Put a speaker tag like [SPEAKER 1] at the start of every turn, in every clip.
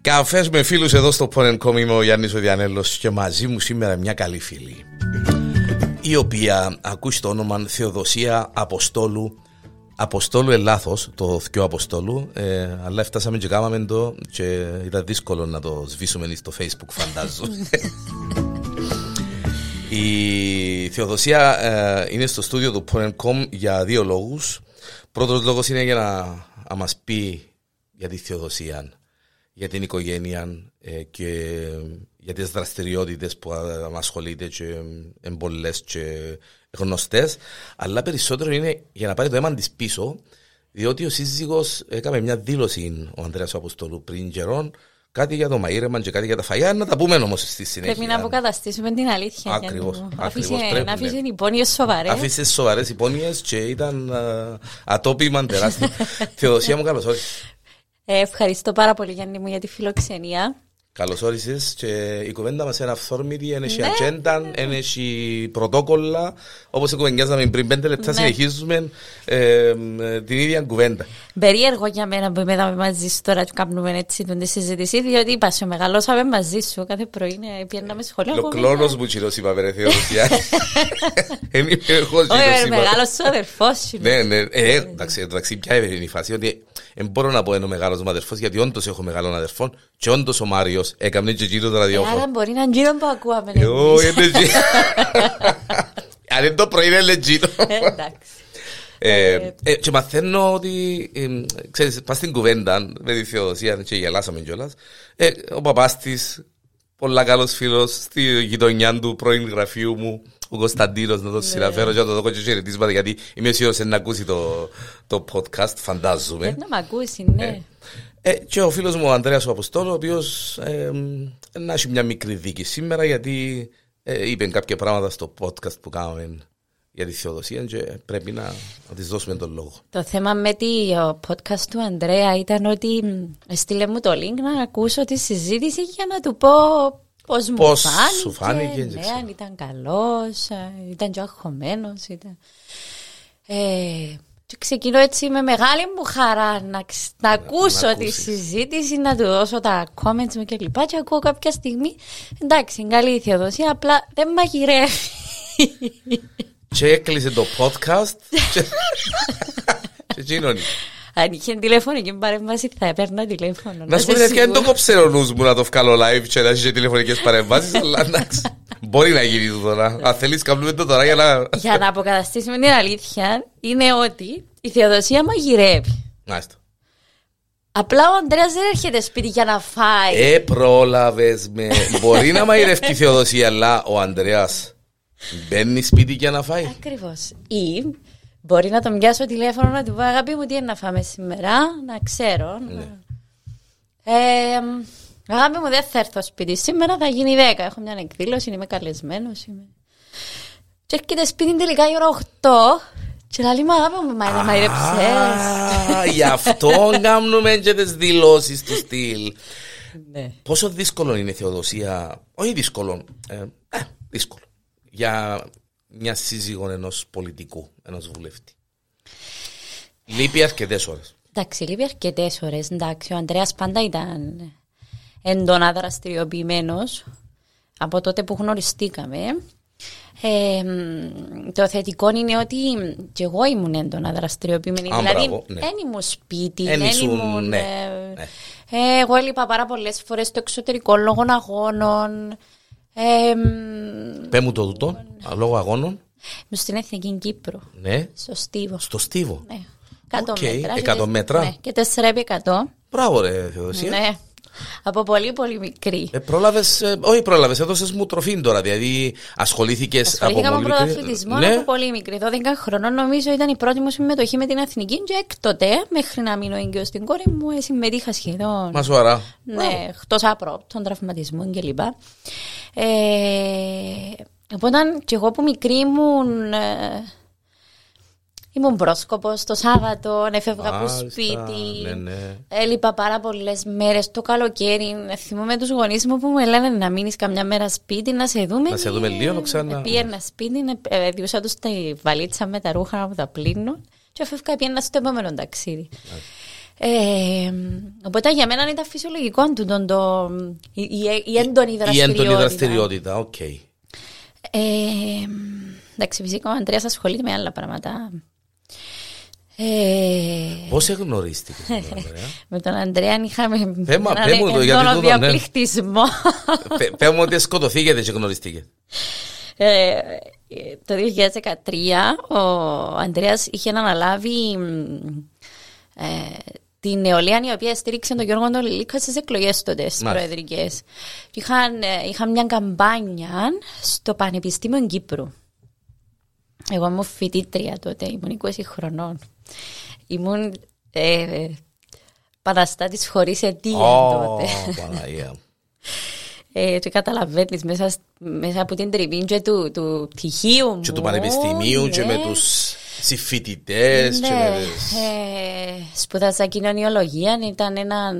[SPEAKER 1] Καφές με φίλους εδώ στο Πόρενκομ. Είμαι ο Γιάννης Διανέλος και μαζί μου σήμερα μια καλή φίλη. Η οποία ακούσει το όνομα Θεοδοσία Αποστόλου. Αποστόλου ελάθο, το θκιό Αποστόλου. Ε, αλλά φτάσαμε και κάμαμε το και ήταν δύσκολο να το σβήσουμε στο Facebook, φαντάζομαι. Η Θεοδοσία ε, είναι στο στούντιο του Porn.com για δύο λόγους. Πρώτος λόγος είναι για να, να μας πει για τη Θεοδοσία, για την οικογένεια ε, και για τις δραστηριότητες που α, ασχολείται και εμπολές και γνωστές. Αλλά περισσότερο είναι για να πάρει το αίμα της πίσω, διότι ο σύζυγος έκαμε μια δήλωση, ο Ανδρέας Αποστολού, πριν καιρόν, κάτι για το μαΐρεμα και κάτι για τα φαγιά, να τα πούμε όμως στη συνέχεια.
[SPEAKER 2] Πρέπει να αποκαταστήσουμε την αλήθεια. Γιάννη
[SPEAKER 1] Ακριβώς,
[SPEAKER 2] μου.
[SPEAKER 1] ακριβώς,
[SPEAKER 2] Άφησε-
[SPEAKER 1] πρέπει,
[SPEAKER 2] Να αφήσει
[SPEAKER 1] ναι.
[SPEAKER 2] οι υπόνοιες σοβαρές.
[SPEAKER 1] Αφήσε σοβαρέ υπόνοιε και ήταν α, ατόπιμα τεράστιο. Θεοδοσία μου, καλώς όρισες.
[SPEAKER 2] Ε, Ευχαριστώ πάρα πολύ Γιάννη μου για τη φιλοξενία.
[SPEAKER 1] Καλώς όρισες και η κουβέντα μας είναι αυθόρμητη, ένεχει ατζέντα, ένεχει πρωτόκολλα. Όπως κουβεντιάζαμε πριν πέντε λεπτά,
[SPEAKER 2] Ναι.
[SPEAKER 1] συνεχίζουμε ε, ε, την ίδια κουβέντα.
[SPEAKER 2] Περίεργο για μένα που είδαμε μαζί σου τώρα και κάνουμε έτσι την συζήτηση, διότι είπα σου μεγαλώσαμε μαζί σου κάθε πρωί, ε, πήγαμε σχολείο. εγώ
[SPEAKER 1] Λοκλόνο μου τσιρό είπα, βρε Θεοδοσία. Δεν είμαι εγώ τσιρό
[SPEAKER 2] πήγα- Ο ε,
[SPEAKER 1] είπα.
[SPEAKER 2] μεγάλος σου αδερφός σου.
[SPEAKER 1] Ναι, ναι, ε, εντάξει, εντάξει, πια είναι η φάση ότι δεν μπορώ να πω ένα μεγάλο μου αδερφό, γιατί όντως έχω μεγάλων αδερφών και όντως ο Μάριος έκανε και γύρω το
[SPEAKER 2] Ε,
[SPEAKER 1] ραδιόφωνο.
[SPEAKER 2] Άρα μπορεί να είναι γύρω που ακούαμε
[SPEAKER 1] Εγώ
[SPEAKER 2] Ε, εμείς.
[SPEAKER 1] είναι legit. Αν είναι το πρωί είναι legit.
[SPEAKER 2] Ε, Εντάξει.
[SPEAKER 1] Ε, ε, Και μαθαίνω ότι, ε, ξέρεις, πας στην κουβέντα με τη Θεοδοσία και γελάσαμε κιόλας. Ε, Ο παπάς της, πολλά καλός φίλος, στη γειτονιά του πρώην γραφείου μου, ο Κωνσταντίνος, να το συναφέρω και να το δω και χαιρετίσματα, γιατί είμαι σίγουρος να ακούσει το- το podcast, φαντάζομαι.
[SPEAKER 2] Πρέπει Ε, να με ακούσει, ναι.
[SPEAKER 1] Ε, και ο φίλος μου ο Ανδρέας ο Αποστόλου, ο οποίος ε, μ, να έχει μια μικρή δίκη σήμερα γιατί ε, είπε κάποια πράγματα στο podcast που κάναμε για τη Θεοδοσία και πρέπει να, να της δώσουμε τον λόγο.
[SPEAKER 2] Το θέμα με τη ο podcast του Ανδρέα ήταν ότι μ, στείλε μου το link να ακούσω τη συζήτηση για να του πω πώς μου
[SPEAKER 1] Πώς
[SPEAKER 2] φάνηκε.
[SPEAKER 1] σου φάνηκε, δεν
[SPEAKER 2] ναι,
[SPEAKER 1] ξέρω.
[SPEAKER 2] αν ήταν καλός, α, ήταν και αγχωμένος. Ήταν... Ε, και ξεκινώ έτσι με μεγάλη μου χαρά να, ξ- να ακούσω
[SPEAKER 1] να
[SPEAKER 2] τη
[SPEAKER 1] ακούσεις.
[SPEAKER 2] συζήτηση, να του δώσω τα comments μου κλπ. Και, ακούω κάποια στιγμή, εντάξει, είναι καλή η θεοδοσία, απλά δεν μαγειρεύει.
[SPEAKER 1] Και έκλεισε το podcast και, και γίνονι.
[SPEAKER 2] Αν είχε τηλέφωνο και παρέμβαση θα έπαιρνα τηλέφωνο.
[SPEAKER 1] Να σου πω
[SPEAKER 2] είσαι
[SPEAKER 1] την αλήθεια, δεν το
[SPEAKER 2] σίγουρος.
[SPEAKER 1] κόψε ο νους μου να το βγάλω live και να έχει και τηλεφωνικές παρεμβάσεις, αλλά εντάξει. Μπορεί να γίνει το τώρα. Αν θέλεις, κάνουμε το τώρα για να...
[SPEAKER 2] Για να αποκαταστήσουμε την αλήθεια, είναι ότι η Θεοδοσία μαγειρεύει.
[SPEAKER 1] Να είστε.
[SPEAKER 2] Απλά ο Αντρέα δεν έρχεται σπίτι για να φάει.
[SPEAKER 1] Ε, πρόλαβες με. Μπορεί να μαϊρευτεί η Θεοδοσία, αλλά ο Ανδρέας μπαίνει σπίτι για να φάει.
[SPEAKER 2] Ακριβώς. Ή μπορεί να τον πιάσω τηλέφωνο να του πω Αγαπή μου, τι είναι να φάμε σήμερα, να ξέρω. να- Ε, μ, αγάπη μου, δεν θα έρθω σπίτι. Σήμερα θα γίνει 10. Έχω μια εκδήλωση, είμαι καλεσμένος. Είμαι... Και έρχεται σπίτι τελικά η ώρα 8. Και λέει, μα αγάπη μου, μα να μαϊρεψές».
[SPEAKER 1] Α, Γι' αυτό κάνουμε και τις δηλώσεις του στυλ.
[SPEAKER 2] Ναι.
[SPEAKER 1] Πόσο δύσκολο είναι η Θεοδοσία, όχι δύσκολο, ε, ε, δύσκολο, για μια σύζυγο ενός πολιτικού, ενός βουλευτή. Λείπει αρκετές ώρες.
[SPEAKER 2] Εντάξει, λείπει αρκετές ώρες. Εντάξει, ο Αντρέα πάντα ήταν έντονα δραστηριοποιημένος από τότε που γνωριστήκαμε. Ε, μ, το θετικό είναι ότι και εγώ ήμουν έντονα δραστηριοποιημένη.
[SPEAKER 1] Α,
[SPEAKER 2] δηλαδή,
[SPEAKER 1] μπράβο, ναι.
[SPEAKER 2] δεν ήμουν σπίτι,
[SPEAKER 1] Εν
[SPEAKER 2] δεν
[SPEAKER 1] ήσουν,
[SPEAKER 2] ήμουν.
[SPEAKER 1] ναι,
[SPEAKER 2] ε,
[SPEAKER 1] ναι.
[SPEAKER 2] ε, εγώ έλειπα πάρα πολλές φορές στο εξωτερικό λόγω αγώνων. Ε, μ,
[SPEAKER 1] Πε μου το τούτο, λόγω αγώνων,
[SPEAKER 2] στην Εθνική Κύπρο,
[SPEAKER 1] ναι,
[SPEAKER 2] στο Στίβο.
[SPEAKER 1] στο Στίβο.
[SPEAKER 2] Ναι. 100
[SPEAKER 1] Οκ,
[SPEAKER 2] μέτρα.
[SPEAKER 1] 100 μέτρα.
[SPEAKER 2] Ναι, και 4 επί 100.
[SPEAKER 1] Μπράβο, ρε Θεοδοσία.
[SPEAKER 2] Ναι. Από πολύ πολύ μικρή.
[SPEAKER 1] Ε, πρόλαβες, όχι πρόλαβες, έδωσες μου τροφή τώρα. Δηλαδή ασχολήθηκες από
[SPEAKER 2] Ασχολήθηκα με
[SPEAKER 1] μικρή-
[SPEAKER 2] πρωταθλητισμό
[SPEAKER 1] Ναι,
[SPEAKER 2] από πολύ μικρή. 12 χρονών νομίζω ήταν η πρώτη μου συμμετοχή με την Αθηνική και έκτοτε μέχρι να μείνω έγκυος στην κόρη μου ε, συμμετείχα σχεδόν.
[SPEAKER 1] μα σοβαρά.
[SPEAKER 2] Ναι, εκτό απρόπτων τραυματισμών κλπ. Ε, οπότε και εγώ που μικρή ήμουν. ε, Ήμουν πρόσκοπος το Σάββατο, έφευγα από
[SPEAKER 1] Μάλιστα,
[SPEAKER 2] σπίτι.
[SPEAKER 1] ναι, ναι.
[SPEAKER 2] Έλειπα πάρα πολλές μέρες το καλοκαίρι. Θυμούμαι τους γονείς μου που μου έλεγαν να μείνεις καμιά μέρα σπίτι, να σε δούμε.
[SPEAKER 1] Να σε
[SPEAKER 2] Ε,
[SPEAKER 1] δούμε λίγο ξανά.
[SPEAKER 2] Πήγαινα σπίτι, ε, ε, διούσα τους τη βαλίτσα με τα ρούχα που τα πλύνουν και φεύγα πήγαινα στο επόμενο ταξίδι. Ε, οπότε για μένα ήταν φυσιολογικό του τον, το, η, η- η έντονη
[SPEAKER 1] Η
[SPEAKER 2] δραστηριότητα.
[SPEAKER 1] έντονη δραστηριότητα, οκ.
[SPEAKER 2] Ε, εντάξει, φυσικά ο Αντρέας ασχολείται με άλλα πράγματα. Ε,
[SPEAKER 1] Πώς εγνωρίστηκες με τον Ανδρέα?
[SPEAKER 2] με τον Αντρέα είχαμε
[SPEAKER 1] Θέμα,
[SPEAKER 2] έναν
[SPEAKER 1] πέ μου το, γιατί
[SPEAKER 2] έντονο
[SPEAKER 1] τούτο, ναι. Ε,
[SPEAKER 2] διαπληκτισμό.
[SPEAKER 1] Πε- Πες μου ότι σκοτωθήκε δεν γνωριστήκε.
[SPEAKER 2] Ε, το 2013 ο Αντρέας είχε αναλάβει μ, ε, την νεολαία η οποία στήριξε τον Γιώργο τον Λίλικα στις εκλογές τότε, στις
[SPEAKER 1] Μάλιστα.
[SPEAKER 2] προεδρικές. Είχαν, ε, είχαν μια καμπάνια στο Πανεπιστήμιο Κύπρου. Εγώ ήμουν φοιτήτρια τότε, ήμουν 20 χρονών. Ήμουν ε, παραστάτης χωρίς αιτία
[SPEAKER 1] Ω,
[SPEAKER 2] τότε.
[SPEAKER 1] Παναγία μου.
[SPEAKER 2] Ε, και καταλαβαίνεις μέσα, σ- μέσα από την τριβή και του, του πτυχίου μου.
[SPEAKER 1] Και του πανεπιστημίου και
[SPEAKER 2] ναι.
[SPEAKER 1] με τους συμφοιτητές και
[SPEAKER 2] Ναι,
[SPEAKER 1] με τις-
[SPEAKER 2] ε, σπούδασα κοινωνιολογία, ήταν ένα,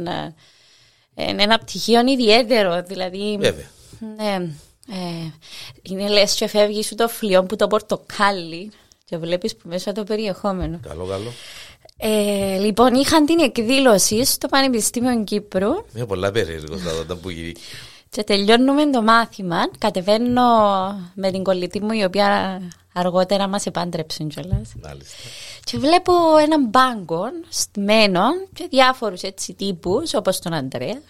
[SPEAKER 2] ένα πτυχίο ιδιαίτερο. Δηλαδή,
[SPEAKER 1] Βέβαια.
[SPEAKER 2] ναι, ε, είναι λες και φεύγεις σου το φλοιό που το πορτοκάλι και βλέπεις που μέσα το περιεχόμενο.
[SPEAKER 1] Καλό, καλό.
[SPEAKER 2] Ε, λοιπόν, είχαν την εκδήλωση στο Πανεπιστήμιο Κύπρου
[SPEAKER 1] Είμαι πολλά περίεργος τα δόντα που γυρί-
[SPEAKER 2] Και τελειώνουμε το μάθημα. Κατεβαίνω με την κολλητή μου, η οποία αργότερα μας επάντρεψε κιόλας.
[SPEAKER 1] Μάλιστα.
[SPEAKER 2] Και βλέπω έναν μπάγκο στμένο και διάφορους έτσι τύπους, όπως τον Αντρέα,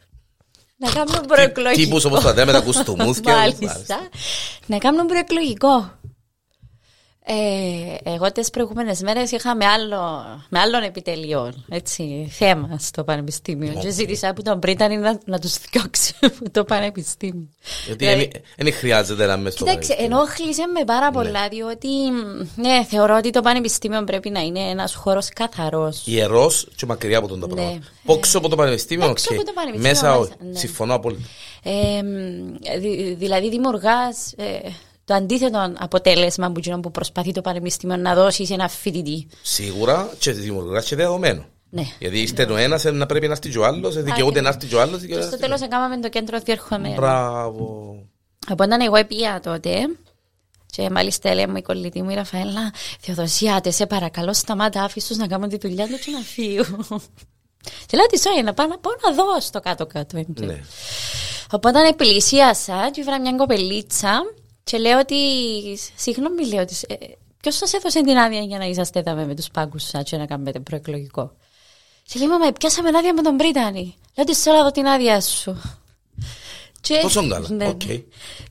[SPEAKER 2] να κάνουν προεκλογικό.
[SPEAKER 1] τύπους όπως τον Αντρέα με τα κουστούμούθια. Μάλιστα.
[SPEAKER 2] Μάλιστα. να κάνουν προεκλογικό. Ε, εγώ τις προηγούμενες μέρες είχα με, άλλο, με άλλον επιτελείο έτσι, θέμα στο πανεπιστήμιο και
[SPEAKER 1] Οκ.
[SPEAKER 2] ζήτησα από τον Πρίτανη να, να τους διώξει από το πανεπιστήμιο.
[SPEAKER 1] Γιατί
[SPEAKER 2] Δηλαδή-
[SPEAKER 1] εν- εν χρειάζεται να είμαι στο
[SPEAKER 2] Κοίταξε,
[SPEAKER 1] πανεπιστήμιο.
[SPEAKER 2] ενόχλησε με πάρα πολλά, διότι μ, ναι, θεωρώ ότι το πανεπιστήμιο πρέπει να είναι ένας χώρος καθαρός.
[SPEAKER 1] Ιερός και μακριά από τον τα
[SPEAKER 2] Ναι.
[SPEAKER 1] πράγματα. Πόξω από το πανεπιστήμιο,
[SPEAKER 2] Πόξω
[SPEAKER 1] οκ.
[SPEAKER 2] από το πανεπιστήμιο,
[SPEAKER 1] Μέσα,
[SPEAKER 2] μάλιστα,
[SPEAKER 1] όχι.
[SPEAKER 2] ναι.
[SPEAKER 1] Συμφωνώ απόλυτα.
[SPEAKER 2] Ε, μ, δη- δηλαδή, δημιουργάς το αντίθετο αποτέλεσμα που, εκείνο που προσπαθεί το πανεπιστήμιο να δώσει σε ένα φοιτητή.
[SPEAKER 1] Σίγουρα και δημιουργά και δεδομένο.
[SPEAKER 2] Ναι.
[SPEAKER 1] Γιατί είστε ο ένας ε, να πρέπει να έρθει και ο άλλος, ε, δικαιούται να έρθει και ο άλλος.
[SPEAKER 2] Και
[SPEAKER 1] δικαιούται να
[SPEAKER 2] στο
[SPEAKER 1] έρθει και ο
[SPEAKER 2] τέλος, έκαναμε το κέντρο διερχομένου.
[SPEAKER 1] άλλος. Μπράβο.
[SPEAKER 2] Από όταν εγώ επία τότε, και μάλιστα έλεγε μου η κολλητή μου η Ραφαέλα, Θεοδοσία, τε σε παρακαλώ, σταμάτα, άφησε τους να κάνουν τη δουλειά του και να φύγουν. και λέω τη Σόγια να πάω, να πάω να δω στο κάτω-κάτω.
[SPEAKER 1] Ναι.
[SPEAKER 2] Οπότε επιλυσίασα και βρήκα μια κοπελίτσα και λέω ότι. Συγγνώμη, λέω ότι. Ποιος σας έδωσε την άδεια για να είσαστε εδώ με τους πάγκους σας και να κάνετε προεκλογικό. Και λέει, Μαμά, πιάσαμε άδεια με τον Πρίτανη. Λέω ότι σε όλα εδώ την άδεια σου. Και-
[SPEAKER 1] Τόσο καλά.
[SPEAKER 2] Ναι.
[SPEAKER 1] Οκ.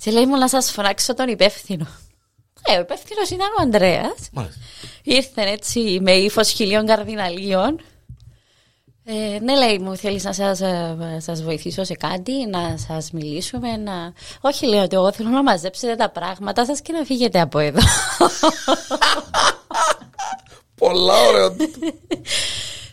[SPEAKER 2] Και λέει μου να σας φωνάξω τον υπεύθυνο. Ε, ο υπεύθυνος ήταν ο Ανδρέας.
[SPEAKER 1] Μάλιστα.
[SPEAKER 2] Ήρθε έτσι με ύφος χιλίων καρδιναλίων. Ε, ναι, λέει μου, θέλεις να σας σας βοηθήσω σε κάτι, να σας μιλήσουμε. Να... Όχι, λέω ότι εγώ θέλω να μαζέψετε τα πράγματα σας και να φύγετε από εδώ.
[SPEAKER 1] Πολλά ωραία.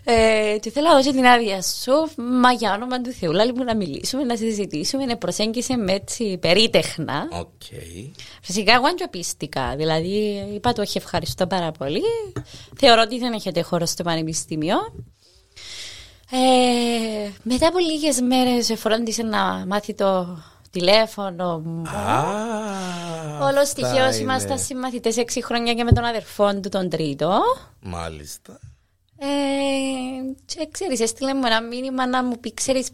[SPEAKER 2] Ε, και θέλω να δώσω την άδεια σου, μα για όνομα του Θεού, λέει μου να μιλήσουμε, να συζητήσουμε. Ε, προσέγγισε με έτσι περίτεχνα.
[SPEAKER 1] Οκ.
[SPEAKER 2] Φυσικά, εγώ αντιοπίστηκα. Δηλαδή, είπα του όχι, ευχαριστώ πάρα πολύ. Θεωρώ ότι δεν έχετε χώρο στο πανεπιστήμιο. Ε, μετά από λίγες μέρες, φρόντισε να μάθει το τηλέφωνο μου.
[SPEAKER 1] Α,
[SPEAKER 2] Όλο
[SPEAKER 1] αυτά
[SPEAKER 2] τυχαίω
[SPEAKER 1] είναι.
[SPEAKER 2] ήμασταν συμμαθητέ 6 χρόνια και με τον αδερφό του, τον τρίτο.
[SPEAKER 1] Μάλιστα.
[SPEAKER 2] Ε, και ξέρεις, έστειλε μου ένα μήνυμα να μου πει, ξέρεις,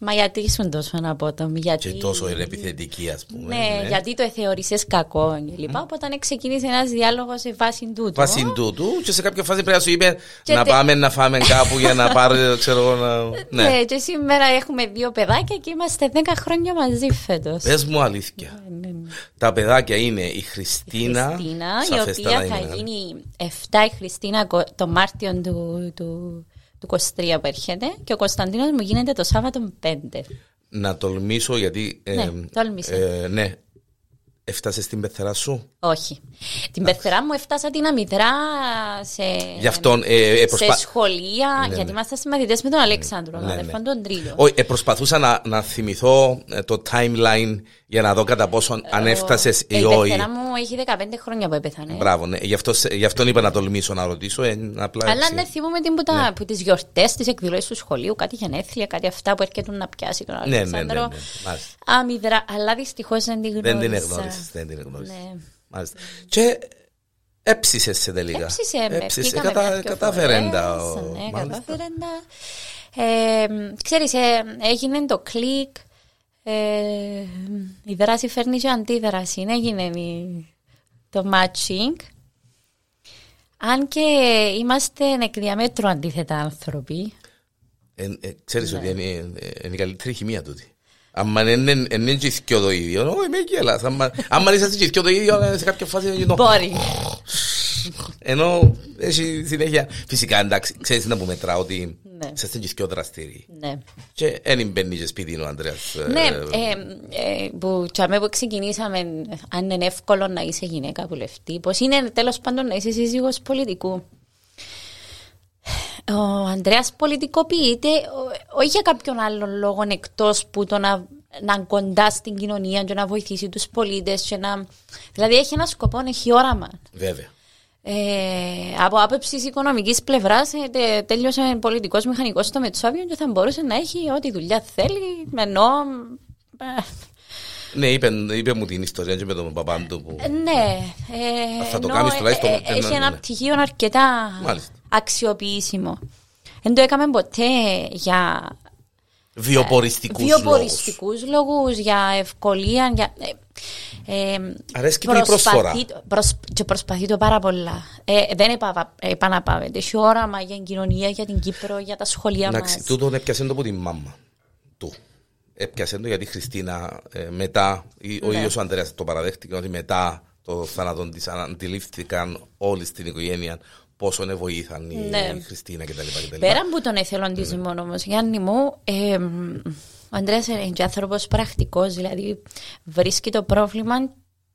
[SPEAKER 2] μα γιατί ήσουν τόσο απότομη, γιατί.
[SPEAKER 1] Και τόσο είναι επιθετική, ας πούμε.
[SPEAKER 2] Ε. Ναι,
[SPEAKER 1] ναι.
[SPEAKER 2] γιατί το θεωρήσε κακό και λοιπά. Οπότε ξεκίνησε ένας διάλογος σε βάση τούτου.
[SPEAKER 1] Βάσει τούτου και σε κάποια φάση πρέπει να σου είπε
[SPEAKER 2] Και
[SPEAKER 1] να
[SPEAKER 2] τε-
[SPEAKER 1] πάμε να φάμε κάπου για να πάρει, ξέρω εγώ, να...
[SPEAKER 2] ναι.
[SPEAKER 1] Ναι.
[SPEAKER 2] και σήμερα έχουμε δύο παιδάκια και είμαστε 10 χρόνια μαζί φέτος.
[SPEAKER 1] Πες μου αλήθεια. Τα παιδάκια είναι η Χριστίνα,
[SPEAKER 2] Χριστίνα, η
[SPEAKER 1] σαφέστατα
[SPEAKER 2] οποία
[SPEAKER 1] είναι
[SPEAKER 2] θα
[SPEAKER 1] μεγάλη.
[SPEAKER 2] γίνει 7 η Χριστίνα κο- το Μάρτιο του, του, του 23 που έρχεται και ο Κωνσταντίνος μου γίνεται το Σάββατο 5.
[SPEAKER 1] Να τολμήσω γιατί... ε,
[SPEAKER 2] Ναι, τόλμησε.
[SPEAKER 1] ε, ναι. Έφτασες στην πεθερά σου.
[SPEAKER 2] Όχι. Την πεθερά μου έφτασα την αμυδρά σε,
[SPEAKER 1] Γι' αυτόν ε, ε,
[SPEAKER 2] σε
[SPEAKER 1] προσπα...
[SPEAKER 2] σχολεία, γιατί ήμασταν συμμαθητές με τον Αλέξανδρο, τον
[SPEAKER 1] Ναι, ναι.
[SPEAKER 2] αδερφόν τον τρίτο.
[SPEAKER 1] Όχι, ε, προσπαθούσα να, να θυμηθώ ε, το timeline για να δω κατά πόσο αν έφτασε
[SPEAKER 2] Ε,
[SPEAKER 1] ή
[SPEAKER 2] Η
[SPEAKER 1] όχι.
[SPEAKER 2] πεθερά μου έχει 15 χρόνια που έπεθανε.
[SPEAKER 1] Μπράβο, ναι. Γι' αυτό, σε- γι' αυτόν είπα να τολμήσω να ρωτήσω. Ε, απλά
[SPEAKER 2] Αλλά
[SPEAKER 1] έτσι.
[SPEAKER 2] ναι, θυμούμε την που, τα, που τις γιορτές, τις εκδηλώσεις του σχολείου, κάτι γενέθλια, κάτι αυτά που έρχεται να πιάσει τον
[SPEAKER 1] ναι, ναι, ναι,
[SPEAKER 2] Αλεξάνδρο.
[SPEAKER 1] ναι, μάλιστα.
[SPEAKER 2] Αμυδρά, αλλά δυστυχώς δεν την γνώρισα.
[SPEAKER 1] Δεν την εγνώρισες, δεν την εγνώρισες.
[SPEAKER 2] Ναι.
[SPEAKER 1] Μάλιστα. Και Έψησε σε τελικά.
[SPEAKER 2] Έψησε με.
[SPEAKER 1] Έψησε.
[SPEAKER 2] Πήγαμε
[SPEAKER 1] Κατά,
[SPEAKER 2] κάποιο
[SPEAKER 1] κατάφερεν τα
[SPEAKER 2] φορές,
[SPEAKER 1] ο-
[SPEAKER 2] ναι,
[SPEAKER 1] μάλιστα.
[SPEAKER 2] κατάφερεν τα. Ε, μ, ξέρεις, ε, έγινε το κλικ. ε, η δράση φέρνει και αντίδραση. Έγινε η- το matching. Αν και είμαστε εκ διαμέτρου αντίθετα άνθρωποι.
[SPEAKER 1] Εν- ε, Ξέρεις
[SPEAKER 2] Ναι.
[SPEAKER 1] ότι είναι ε, είναι η καλύτερη χημεία τούτη. Αν είναι και οι θκυο το ίδιο, όχι με γέλας. Αν είσαστε και οι θκυο το ίδιο, ε, σε κάποια φάση είναι κοινό.
[SPEAKER 2] Μπορεί.
[SPEAKER 1] Ενώ έχει συνέχεια. Φυσικά εντάξει, ξέρεις να που μετρά ότι
[SPEAKER 2] Ναι.
[SPEAKER 1] είσαστε και οι θκυο δραστήριοι.
[SPEAKER 2] ναι.
[SPEAKER 1] Και δεν μπαίνει και σπίτι ο Ανδρέας. ε,
[SPEAKER 2] Ναι, ε, ε, που, τσαμέ που ξεκινήσαμε, αν είναι εύκολο να είσαι γυναίκα βουλευτή, πως είναι τέλος πάντων να είσαι σύζυγος πολιτικού. Ο Ανδρέας πολιτικοποιείται ο- όχι για κάποιον άλλον λόγο εκτός που το να, να είναι κοντά στην κοινωνία και να βοηθήσει τους πολίτες και να... Δηλαδή έχει ένα σκοπό, έχει όραμα.
[SPEAKER 1] Βέβαια.
[SPEAKER 2] Ε, από άποψης οικονομικής πλευράς, ε, τέλειωσε πολιτικός μηχανικός στο Μετσόβιο και θα μπορούσε να έχει ό,τι δουλειά θέλει. Με ενώ.
[SPEAKER 1] Ναι, είπε, είπε μου την ιστορία και με τον παπά του που...
[SPEAKER 2] ε, ναι. ε,
[SPEAKER 1] Θα το
[SPEAKER 2] ενώ,
[SPEAKER 1] κάνεις
[SPEAKER 2] ε,
[SPEAKER 1] τουλάχιστον
[SPEAKER 2] ε, Έχει
[SPEAKER 1] έναν,
[SPEAKER 2] ένα
[SPEAKER 1] ναι.
[SPEAKER 2] πτυχίο αρκετά
[SPEAKER 1] Μάλιστα.
[SPEAKER 2] αξιοποιήσιμο. Δεν το έκαμε ποτέ για
[SPEAKER 1] Βιοποριστικούς λόγους.
[SPEAKER 2] βιοποριστικούς λόγους, για ευκολία. Για, ε, ε,
[SPEAKER 1] Αρέσκει του η προσφορά.
[SPEAKER 2] το- προσ- και προσπαθεί το πάρα πολλά. Ε, δεν επαβα- επαναπαύεται. Έχει όραμα για την κοινωνία, για την Κύπρο, για τα σχολεία μα.
[SPEAKER 1] Εντάξει, τούτον έπιασε το από τη μάμα του. Έπιασε το γιατί η Χριστίνα ε, μετά, η- ο
[SPEAKER 2] Ναι.
[SPEAKER 1] ίδιος ο Ανδρέας το παραδέχτηκε ότι μετά το θάνατο της ανα- αντιλήφθηκαν όλοι στην οικογένεια πόσο βοήθαν η,
[SPEAKER 2] Ναι.
[SPEAKER 1] η Χριστίνα κτλ.
[SPEAKER 2] Πέρα από τον εθελοντισμό όμως, Γιάννη μου, ε, ο Αντρέα είναι και άνθρωπος πρακτικός, δηλαδή βρίσκει το πρόβλημα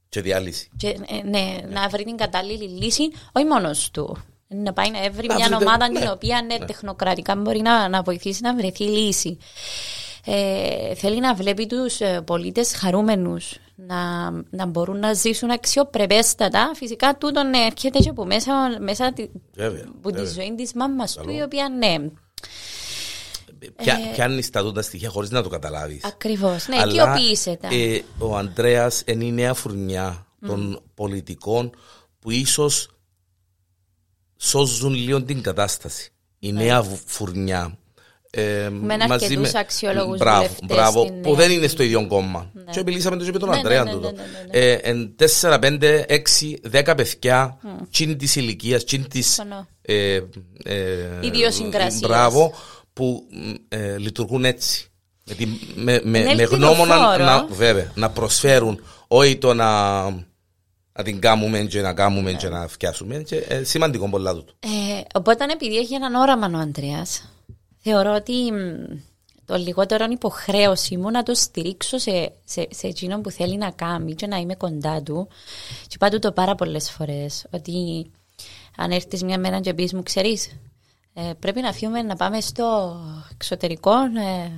[SPEAKER 1] Και διάλυση.
[SPEAKER 2] και, ε, ναι, να βρει την κατάλληλη λύση, όχι μόνος του. Να πάει να βρει
[SPEAKER 1] Να
[SPEAKER 2] μια
[SPEAKER 1] βρείτε-
[SPEAKER 2] ομάδα
[SPEAKER 1] ναι,
[SPEAKER 2] την οποία ναι,
[SPEAKER 1] ναι.
[SPEAKER 2] τεχνοκρατικά μπορεί να, να βοηθήσει να βρεθεί λύση. Ε, θέλει να βλέπει τους ε, πολίτες χαρούμενους να, να μπορούν να ζήσουν αξιοπρεπέστατα. Φυσικά τούτον ε, έρχεται και από μέσα, μέσα τη,
[SPEAKER 1] Βέβαια,
[SPEAKER 2] που τη
[SPEAKER 1] βέβαια.
[SPEAKER 2] ζωή της μάμας του,
[SPEAKER 1] Ε, Καλό.
[SPEAKER 2] η οποία ναι,
[SPEAKER 1] Πια,
[SPEAKER 2] ε-
[SPEAKER 1] πιάνεις τα τούτα στοιχεία χωρίς να το καταλάβεις.
[SPEAKER 2] ακριβώς, ναι,
[SPEAKER 1] Αλλά,
[SPEAKER 2] οικειοποιήσεται.
[SPEAKER 1] ε, ο Ανδρέας είναι η νέα φουρνιά των πολιτικών που ίσως σώζουν λίγο την κατάσταση. Η νέα βου- φουρνιά. ε,
[SPEAKER 2] Ναι. Με αρκετούς αξιόλογους
[SPEAKER 1] Μπράβο,
[SPEAKER 2] βουλευτές
[SPEAKER 1] μπράβο
[SPEAKER 2] στην
[SPEAKER 1] που
[SPEAKER 2] νέα
[SPEAKER 1] δεν είναι στο ίδιο κόμμα. Και μιλήσαμε το και με τον
[SPEAKER 2] Ναι,
[SPEAKER 1] Ανδρέα
[SPEAKER 2] ναι, ναι,
[SPEAKER 1] τούτο.
[SPEAKER 2] ναι, ναι,
[SPEAKER 1] Ε, Εν 4, 5, 6, 10 παιδιά τσιν της ηλικίας, τσιν της
[SPEAKER 2] Συμφωνώ.
[SPEAKER 1] ε, ε,
[SPEAKER 2] Ιδιοσυγκρασίας.
[SPEAKER 1] Μπράβο, που μ, ε, λειτουργούν έτσι. Με, τη- με, Ε, με,
[SPEAKER 2] Είναι
[SPEAKER 1] με γνώμονα
[SPEAKER 2] ελπιδοφόρο.
[SPEAKER 1] να, βέβαια, να προσφέρουν όχι το να, να την κάνουμε και να κάνουμε
[SPEAKER 2] Ναι.
[SPEAKER 1] και να φτιάσουμε. Και, ε, σημαντικό πολλά τούτο.
[SPEAKER 2] Ε, οπότε επειδή έχει έναν όραμα ο Ανδρέας, θεωρώ ότι μ, το λιγότερο είναι υποχρέωση μου να το στηρίξω σε, σε, σε εκείνον που θέλει να κάνει και να είμαι κοντά του. Και πάντου το πάρα πολλές φορές. Ότι αν έρθεις μια μέρα και πεις μου, ξέρεις, πρέπει να φύγουμε να πάμε στο εξωτερικό ε,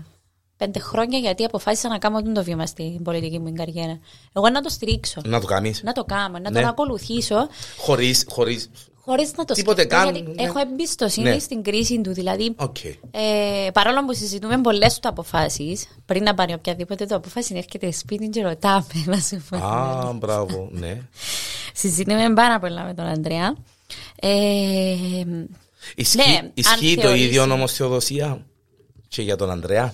[SPEAKER 2] πέντε χρόνια γιατί αποφάσισα να κάνω τον το βήμα στην πολιτική μου καριέρα. Εγώ να το στηρίξω.
[SPEAKER 1] Να το κάνεις.
[SPEAKER 2] Να το κάνω, να
[SPEAKER 1] Ναι.
[SPEAKER 2] τον ακολουθήσω
[SPEAKER 1] Χωρίς, χωρίς.
[SPEAKER 2] Χωρίς να το
[SPEAKER 1] Τίποτε
[SPEAKER 2] σκεφτώ,
[SPEAKER 1] καν,
[SPEAKER 2] γιατί
[SPEAKER 1] ναι.
[SPEAKER 2] Έχω εμπιστοσύνη
[SPEAKER 1] Ναι.
[SPEAKER 2] στην κρίση του. Δηλαδή,
[SPEAKER 1] Οκ.
[SPEAKER 2] ε, παρόλο που συζητούμε πολλές του αποφάσεις, πριν να πάρει οποιαδήποτε του αποφάση, έρχεται σπίτι και ρωτάμε να σου πω.
[SPEAKER 1] Α, μπράβο, ναι.
[SPEAKER 2] Συζητούμε πάρα πολλά με τον Ανδρέα. Ε, Ναι,
[SPEAKER 1] Ισχύει,
[SPEAKER 2] αν
[SPEAKER 1] ισχύει το
[SPEAKER 2] θεωρείς-
[SPEAKER 1] ίδιο όμω Θεοδοσία και για τον Ανδρέα.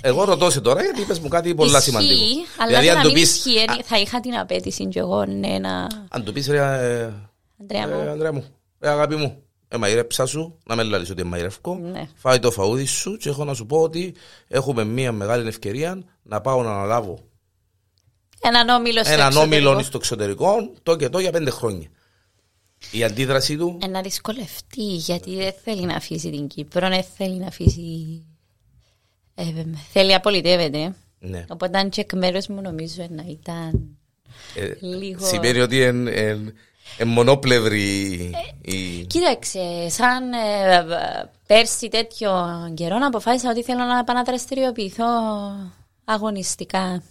[SPEAKER 1] Εγώ ρωτώ σε τώρα γιατί είπες μου κάτι πολύ
[SPEAKER 2] Ε, ισχύει,
[SPEAKER 1] σημαντικό.
[SPEAKER 2] Αλλά
[SPEAKER 1] Δηλαδή,
[SPEAKER 2] για
[SPEAKER 1] αν
[SPEAKER 2] να
[SPEAKER 1] του
[SPEAKER 2] μην
[SPEAKER 1] πεις,
[SPEAKER 2] ισχύει, ε, θα είχα την απέτηση κι εγώ, ναι, να.
[SPEAKER 1] αν του πεις ρε, ε,
[SPEAKER 2] Ανδρέα
[SPEAKER 1] ε,
[SPEAKER 2] μου.
[SPEAKER 1] Ανδρέα μου, ρε, αγάπη μου, ε, μαϊρέψα σου, να με λαλείς ότι μαϊρεύκω,
[SPEAKER 2] Ναι.
[SPEAKER 1] φάει το φαούδι σου και έχω να σου πω ότι έχουμε μια μεγάλη ευκαιρία να πάω να αναλάβω
[SPEAKER 2] Έναν όμιλο στο
[SPEAKER 1] έναν
[SPEAKER 2] εξωτερικό.
[SPEAKER 1] όμιλο ναι. στο εξωτερικό το και το για πέντε χρόνια. Η αντίδρασή του,
[SPEAKER 2] Ε, να δυσκολευτεί γιατί δεν θέλει να αφήσει την Κύπρο, δεν θέλει να αφήσει. Ε, θέλει, απολυτεύεται.
[SPEAKER 1] ναι.
[SPEAKER 2] Οπότε αν και εκ μέρους μου νομίζω να ήταν
[SPEAKER 1] Ε,
[SPEAKER 2] λίγο...
[SPEAKER 1] Σημαίνει ότι είναι μονοπλευρή
[SPEAKER 2] Ε,
[SPEAKER 1] η...
[SPEAKER 2] Κοίταξε, σαν ε, πέρσι τέτοιο καιρό αποφάσισα ότι θέλω να επαναδραστηριοποιηθώ αγωνιστικά.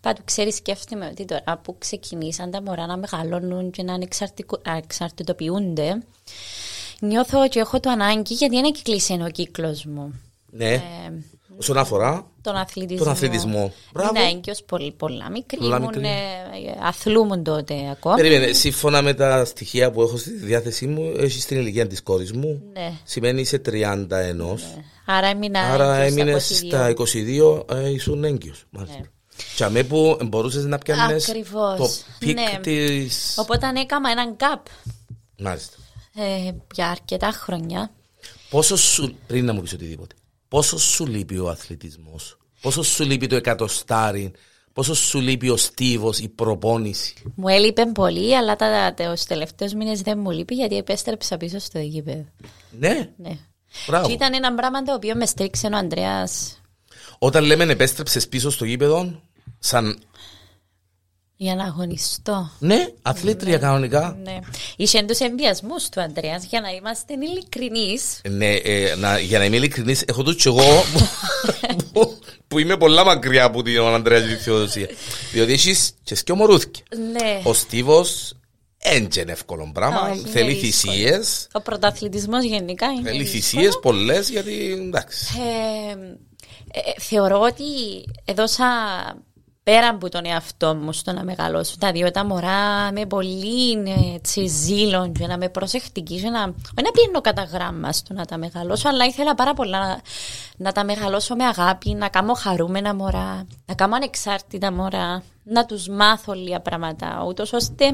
[SPEAKER 2] Πάντου ξέρεις σκέφτομαι ότι τώρα που ξεκινήσαν τα μωρά να μεγαλώνουν και να ανεξαρτικο- εξαρτητοποιούνται νιώθω ότι έχω το ανάγκη γιατί είναι κλεισμένο ο κύκλος μου.
[SPEAKER 1] Ναι. Όσον αφορά
[SPEAKER 2] Τον αθλητισμό.
[SPEAKER 1] τον αθλητισμό. Μπράβο.
[SPEAKER 2] Ναι, και ως πολύ, πολλά μικρή.
[SPEAKER 1] Πολλά
[SPEAKER 2] ήμουν,
[SPEAKER 1] μικρή.
[SPEAKER 2] ε, αθλούμουν τότε ακόμα.
[SPEAKER 1] Περίμενε, σύμφωνα με τα στοιχεία που έχω στη διάθεσή μου, έχεις την ηλικία της κόρης μου.
[SPEAKER 2] Ναι.
[SPEAKER 1] Σημαίνει είσαι 31.
[SPEAKER 2] Άρα έμεινα
[SPEAKER 1] Άρα
[SPEAKER 2] έγκυος
[SPEAKER 1] έμεινε
[SPEAKER 2] από τη
[SPEAKER 1] στα 22, ε, ήσουν έγκυος.
[SPEAKER 2] Ναι.
[SPEAKER 1] Και αμέ που μπορούσες να πιάνεις
[SPEAKER 2] Ακριβώς,
[SPEAKER 1] το πικ
[SPEAKER 2] ναι.
[SPEAKER 1] της.
[SPEAKER 2] Οπότε έκανα έναν gap
[SPEAKER 1] Μάλιστα.
[SPEAKER 2] ε, για αρκετά χρόνια.
[SPEAKER 1] Πόσο σου. πριν να μου πεις οτιδήποτε. Πόσο σου λείπει ο αθλητισμός, Πόσο σου λείπει το εκατοστάρι, Πόσο σου λείπει ο στίβος, η προπόνηση.
[SPEAKER 2] Μου έλειπε πολύ, αλλά τα, τα, τους τελευταίους μήνες δεν μου λείπει γιατί επέστρεψα πίσω στο γήπεδο.
[SPEAKER 1] Ναι,
[SPEAKER 2] Ναι. Και
[SPEAKER 1] μπράβο.
[SPEAKER 2] ήταν ένα πράγμα το οποίο με στήριξε ο Ανδρέας
[SPEAKER 1] Όταν λέμε επέστρεψες πίσω στο γήπεδο, σαν.
[SPEAKER 2] για να αγωνιστώ.
[SPEAKER 1] Ναι, αθλήτρια κανονικά.
[SPEAKER 2] Ναι. Είχε τους ενδιασμούς του Ανδρέας για να είμαστε ειλικρινείς.
[SPEAKER 1] Ναι, ε, να, για να είμαι ειλικρινής, έχω το κι εγώ που, που είμαι πολλά μακριά από την Ανδρέα τη Θεοδοσία. Διότι έχεις και σκιο μωρούθηκε.
[SPEAKER 2] Ναι.
[SPEAKER 1] Ο Στίβος έντια είναι εύκολο πράγμα.
[SPEAKER 2] Όχι, είναι
[SPEAKER 1] θέλει
[SPEAKER 2] δύσκολο.
[SPEAKER 1] θυσίες.
[SPEAKER 2] Ο πρωταθλητισμός γενικά είναι
[SPEAKER 1] Θέλει
[SPEAKER 2] δύσκολο.
[SPEAKER 1] θυσίες πολλές γιατί εντάξει.
[SPEAKER 2] Ε, ε, θεωρώ ότι έδωσα πέρα από τον εαυτό μου στο να μεγαλώσω τα δύο τα μωρά με πολύ ε, έτσι, ζήλο και να με προσεκτική και να, όχι να πιένω κατά γράμμα στο να τα μεγαλώσω αλλά ήθελα πάρα πολλά να, να τα μεγαλώσω με αγάπη, να κάνω χαρούμενα μωρά, να κάνω ανεξάρτητα μωρά, να τους μάθω λίγα πράγματα ούτως ώστε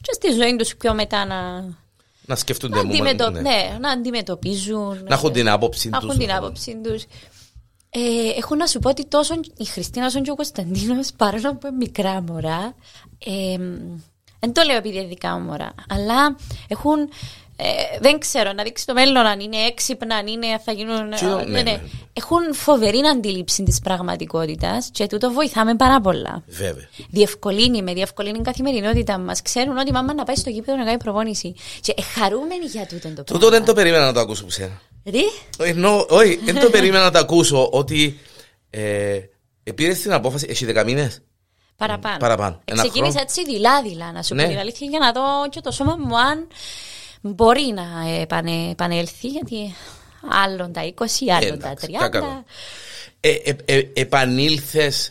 [SPEAKER 2] και στη ζωή τους πιο μετά να,
[SPEAKER 1] Να σκεφτούνται
[SPEAKER 2] να,
[SPEAKER 1] μόνο.
[SPEAKER 2] αντιμετω-
[SPEAKER 1] ναι.
[SPEAKER 2] ναι, να αντιμετωπίζουν.
[SPEAKER 1] Να έχουν την άποψη του.
[SPEAKER 2] Έχουν την άποψή τους. Ε, έχω να σου πω ότι τόσο η Χριστίνα όσο και ο Κωνσταντίνος, παρόλο που είναι μικρά μωρά, ε, δεν το λέω επειδή είναι δικά μου μωρά, αλλά έχουν. ε, δεν ξέρω, να δείξει το μέλλον αν είναι έξυπνα, αν είναι, θα γίνουν. ε,
[SPEAKER 1] Τι, ναι, ναι.
[SPEAKER 2] Έχουν φοβερή αντίληψη της πραγματικότητας και τούτο βοηθάμε πάρα πολλά.
[SPEAKER 1] Βέβαια.
[SPEAKER 2] Διευκολύνει με, διευκολύνει την καθημερινότητα μας. Ξέρουν ότι η μάμα να πάει στο γήπεδο να κάνει προπόνηση. Και ε, χαρούμενοι για τούτο το
[SPEAKER 1] Τούτο
[SPEAKER 2] πράγμα.
[SPEAKER 1] δεν το περίμενα να το ακούσω από σένα.
[SPEAKER 2] Ρε.
[SPEAKER 1] Ενώ, όχι, δεν το περίμενα να το ακούσω ότι. Ε, Επήρε την απόφαση, έχει δεκαμήνε.
[SPEAKER 2] Παραπάνω.
[SPEAKER 1] Παραπάνω. Ένα
[SPEAKER 2] Ξεκίνησα
[SPEAKER 1] χρόνο.
[SPEAKER 2] έτσι δειλά-δειλά, να σου
[SPEAKER 1] Ναι.
[SPEAKER 2] πω την αλήθεια, για να δω και το σώμα μου αν μπορεί να επανε, επανέλθει, γιατί άλλον τα 20, άλλον τα
[SPEAKER 1] Ε, Εντάξει,
[SPEAKER 2] 30.
[SPEAKER 1] κακό. Ε, ε, ε, επανήλθες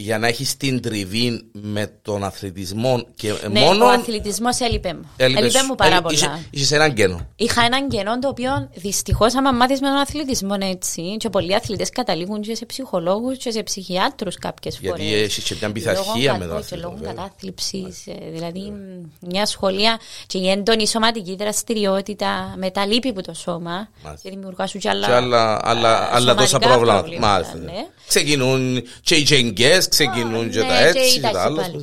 [SPEAKER 1] για να έχεις την τριβή με τον αθλητισμό και ε,
[SPEAKER 2] Ναι,
[SPEAKER 1] μόνο... Ε,
[SPEAKER 2] ο αθλητισμός έλειπε μου. Έλειπες, μου πάρα πολλά.
[SPEAKER 1] Είσαι έναν κενό.
[SPEAKER 2] Είχα έναν κενό το οποίο δυστυχώς, άμα μάθεις με τον αθλητισμό έτσι, και πολλοί αθλητές καταλήγουν και σε ψυχολόγους και σε ψυχιάτρους κάποιες φορέ.
[SPEAKER 1] Γιατί έχεις και μια πειθαρχία με τον
[SPEAKER 2] Και
[SPEAKER 1] αθλητισμό.
[SPEAKER 2] λόγω κατάθλιψη, δηλαδή μ, μια σχολεία και η έντονη σωματική δραστηριότητα με τα λύπη που το σώμα
[SPEAKER 1] Μάλιστα.
[SPEAKER 2] και δημιουργάς σου και άλλα.
[SPEAKER 1] Και άλλα, άλλα, άλλα τόσα
[SPEAKER 2] Ε, σωματικά
[SPEAKER 1] προβλήματα.
[SPEAKER 2] προβλήματα,
[SPEAKER 1] Μάλιστα.
[SPEAKER 2] ναι. ναι,
[SPEAKER 1] Ξεκινούν και οι τζενγκές, ξεκινούν και τα έτσι
[SPEAKER 2] και
[SPEAKER 1] και τα άλλα. και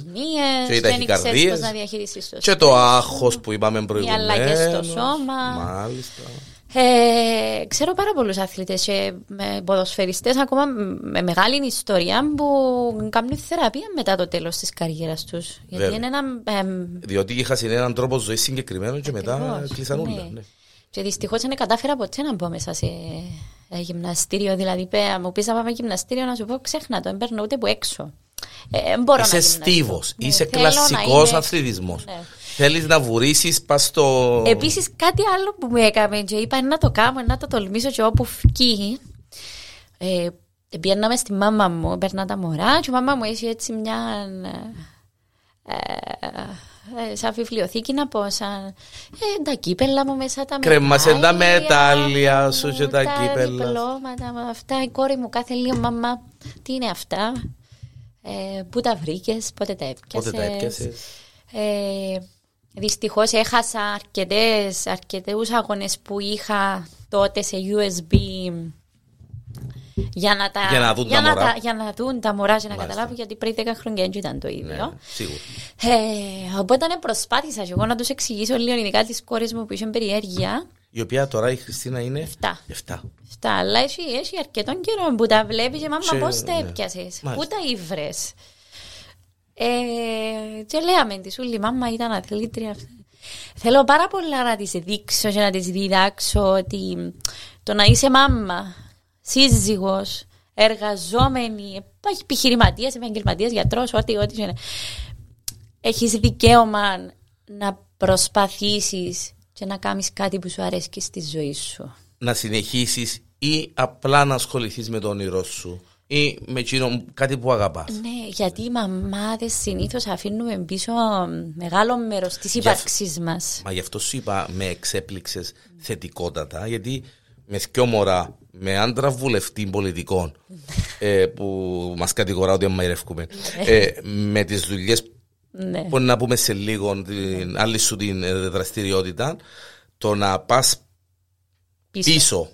[SPEAKER 1] οι
[SPEAKER 2] ταχυπαλμίε, δεν ξέρεις πώ
[SPEAKER 1] ταχυκαρδίες.
[SPEAKER 2] να διαχειριστείς το
[SPEAKER 1] Και το άγχος που είπαμε προηγουμένως.
[SPEAKER 2] ναι. αλλαγές στο σώμα.
[SPEAKER 1] Μάλιστα.
[SPEAKER 2] Ε, ξέρω πάρα πολλούς αθλητές και με ποδοσφαιριστές ακόμα με μεγάλη ιστορία που κάνουν θεραπεία μετά το τέλος της καριέρας τους. Γιατί
[SPEAKER 1] Βέβαια.
[SPEAKER 2] είναι ένα... ε, εμ,
[SPEAKER 1] Διότι είχα συνένα έναν τρόπο ζωής συγκεκριμένο και μετά
[SPEAKER 2] Ακριβώς,
[SPEAKER 1] κλείσαν όλα.
[SPEAKER 2] ναι.
[SPEAKER 1] ναι.
[SPEAKER 2] Και δυστυχώς δεν κατάφερα ποτέ να μπω μέσα σε ε, γυμναστήριο. Δηλαδή, πέ, αν μου πεις να πάμε γυμναστήριο, να σου πω ξέχνα το, δεν παίρνω ούτε που έξω. Ε, δεν μπορώ
[SPEAKER 1] Είσαι
[SPEAKER 2] να γυμναστώ.
[SPEAKER 1] στίβος.
[SPEAKER 2] Ναι,
[SPEAKER 1] Είσαι
[SPEAKER 2] θέλω να
[SPEAKER 1] κλασικός
[SPEAKER 2] είμαι-
[SPEAKER 1] αθλητισμός.
[SPEAKER 2] Ναι.
[SPEAKER 1] Θέλεις να βουρήσεις, πας στο.
[SPEAKER 2] Επίσης, κάτι άλλο που μου έκαμε και είπα να το κάνω, να το τολμήσω και όπου φκεί. Ε, Πιέναμε στη μάμα μου, παίρνα τα μωρά και η μάμα μου έχει έτσι μια... ε, ε, σαν βιβλιοθήκη να πω, σαν ε, τα κύπελα μου μέσα τα
[SPEAKER 1] Κρέμασε τα
[SPEAKER 2] μετάλλια
[SPEAKER 1] μετάλλια σου και
[SPEAKER 2] μου,
[SPEAKER 1] τα κύπελα.
[SPEAKER 2] διπλώματα μου, αυτά. Η κόρη μου κάθε λίγο, μαμά, τι είναι αυτά, ε, πού τα βρήκες, πότε τα έπιασες.
[SPEAKER 1] Πότε τα έπιασες.
[SPEAKER 2] Ε, Δυστυχώς έχασα αρκετές, αρκετούς αγώνες που είχα τότε σε USB για να τα,
[SPEAKER 1] Για να δουν τα
[SPEAKER 2] να
[SPEAKER 1] μωρά.
[SPEAKER 2] για να δουν τα μωρά και να
[SPEAKER 1] Μάλιστα.
[SPEAKER 2] καταλάβουν γιατί πριν 10 χρόνια δεν ήταν το ίδιο.
[SPEAKER 1] Ναι, σίγουρα.
[SPEAKER 2] Ε, οπότε ναι, προσπάθησα και εγώ να τους εξηγήσω λίγο ειδικά τις κόρες μου που είχαν περιέργεια.
[SPEAKER 1] Η οποία τώρα η Χριστίνα είναι.
[SPEAKER 2] Εφτά.
[SPEAKER 1] Εφτά.
[SPEAKER 2] Στα άλλα έχει, έχει αρκετόν καιρό που τα βλέπεις και μάμα
[SPEAKER 1] Και-
[SPEAKER 2] πώς τα
[SPEAKER 1] ναι.
[SPEAKER 2] έπιασες, πού
[SPEAKER 1] Μάλιστα.
[SPEAKER 2] τα ήβρες. Ε, και λέαμε τη Σούλη, μάμα ήταν αθλήτρια. αυτή». Θέλω πάρα πολλά να τη δείξω και να τη διδάξω ότι το να είσαι μάμα, σύζυγος, εργαζόμενη, επιχειρηματίας, επαγγελματίας, γιατρός, ό,τι, ό,τι. και να- έχεις δικαίωμα να προσπαθήσεις και να κάνεις κάτι που σου αρέσει στη ζωή σου.
[SPEAKER 1] Να συνεχίσεις ή απλά να ασχοληθείς με το όνειρό σου ή με εκείνο κάτι που αγαπάς.
[SPEAKER 2] Ναι, γιατί οι μαμάδες συνήθως αφήνουμε πίσω μεγάλο μέρος της
[SPEAKER 1] Για-
[SPEAKER 2] ύπαρξής μας.
[SPEAKER 1] Μα γι' αυτό σου είπα με εξέπληξες θετικότατα, γιατί με δυο μωρά, με άντρα βουλευτή πολιτικών ε, που μας κατηγορά ότι αμαϊρεύκουμε, ε, με τις δουλειές
[SPEAKER 2] Ναι.
[SPEAKER 1] που να πούμε σε λίγο την άλλη σου την ε, δραστηριότητα, το να πας
[SPEAKER 2] Πίσω.
[SPEAKER 1] πίσω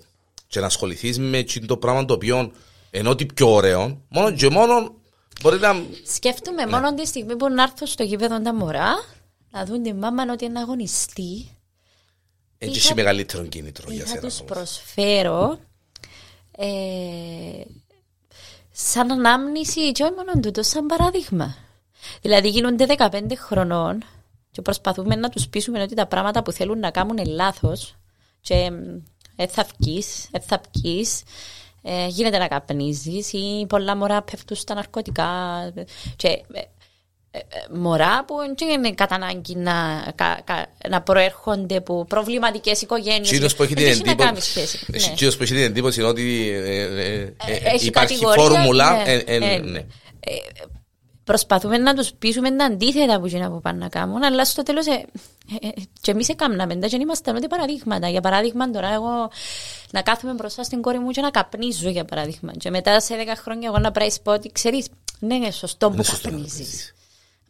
[SPEAKER 1] και να ασχοληθείς με εκείνο το πράγμα το οποίο ενώ ότι πιο ωραίο, μόνο και μόνο μπορεί να. Ναι.
[SPEAKER 2] Σκέφτομαι μόνο τη στιγμή που να έρθω στο γήπεδο τα μωρά, να δουν τη μάμα ότι είναι αγωνιστή.
[SPEAKER 1] Έτσι
[SPEAKER 2] Είχα-
[SPEAKER 1] μεγαλύτερο κίνητρο
[SPEAKER 2] Ή
[SPEAKER 1] για
[SPEAKER 2] θα
[SPEAKER 1] σένα.
[SPEAKER 2] τους
[SPEAKER 1] όμως.
[SPEAKER 2] προσφέρω ε, σαν ανάμνηση και όχι μόνο τούτο, σαν παράδειγμα. Δηλαδή γίνονται 15 χρονών και προσπαθούμε να τους πείσουμε ότι τα πράγματα που θέλουν να κάνουν είναι λάθος και «Ε, εθαυκείς, εθαυκείς, ε, γίνεται να καπνίζεις ή πολλά μωρά πέφτουν στα ναρκωτικά και ε, ε, ε, μωρά που δεν είναι κατά ανάγκη να, κα- κα- να προέρχονται από προβληματικές οικογένειες.
[SPEAKER 1] Εκείνος που έχει την
[SPEAKER 2] Δεν έχεις να κάνει
[SPEAKER 1] εντύπωση.
[SPEAKER 2] σχέση. Ναι.
[SPEAKER 1] Εκείνος που έχει την εντύπωση είναι ότι ε, ε, ε, ε,
[SPEAKER 2] Έχει
[SPEAKER 1] υπάρχει
[SPEAKER 2] κατηγορία,
[SPEAKER 1] φόρμουλα.
[SPEAKER 2] ναι,
[SPEAKER 1] ε, ε,
[SPEAKER 2] ναι.
[SPEAKER 1] ναι.
[SPEAKER 2] προσπαθούμε να τους πείσουμε τα αντίθετα που είναι που πάνε να κάνουν, αλλά στο τέλος ε, ε, ε, και εμείς έκαναμε τα και ήμασταν ούτε παραδείγματα. Για παράδειγμα τώρα εγώ να κάθομαι μπροστά στην κόρη μου και να καπνίζω για παράδειγμα και μετά σε 10 χρόνια εγώ να πρέπει πω ότι ξέρεις, ναι είναι σωστό που
[SPEAKER 1] Είναι σωστό να
[SPEAKER 2] καπνίζεις.
[SPEAKER 1] καπνίζεις.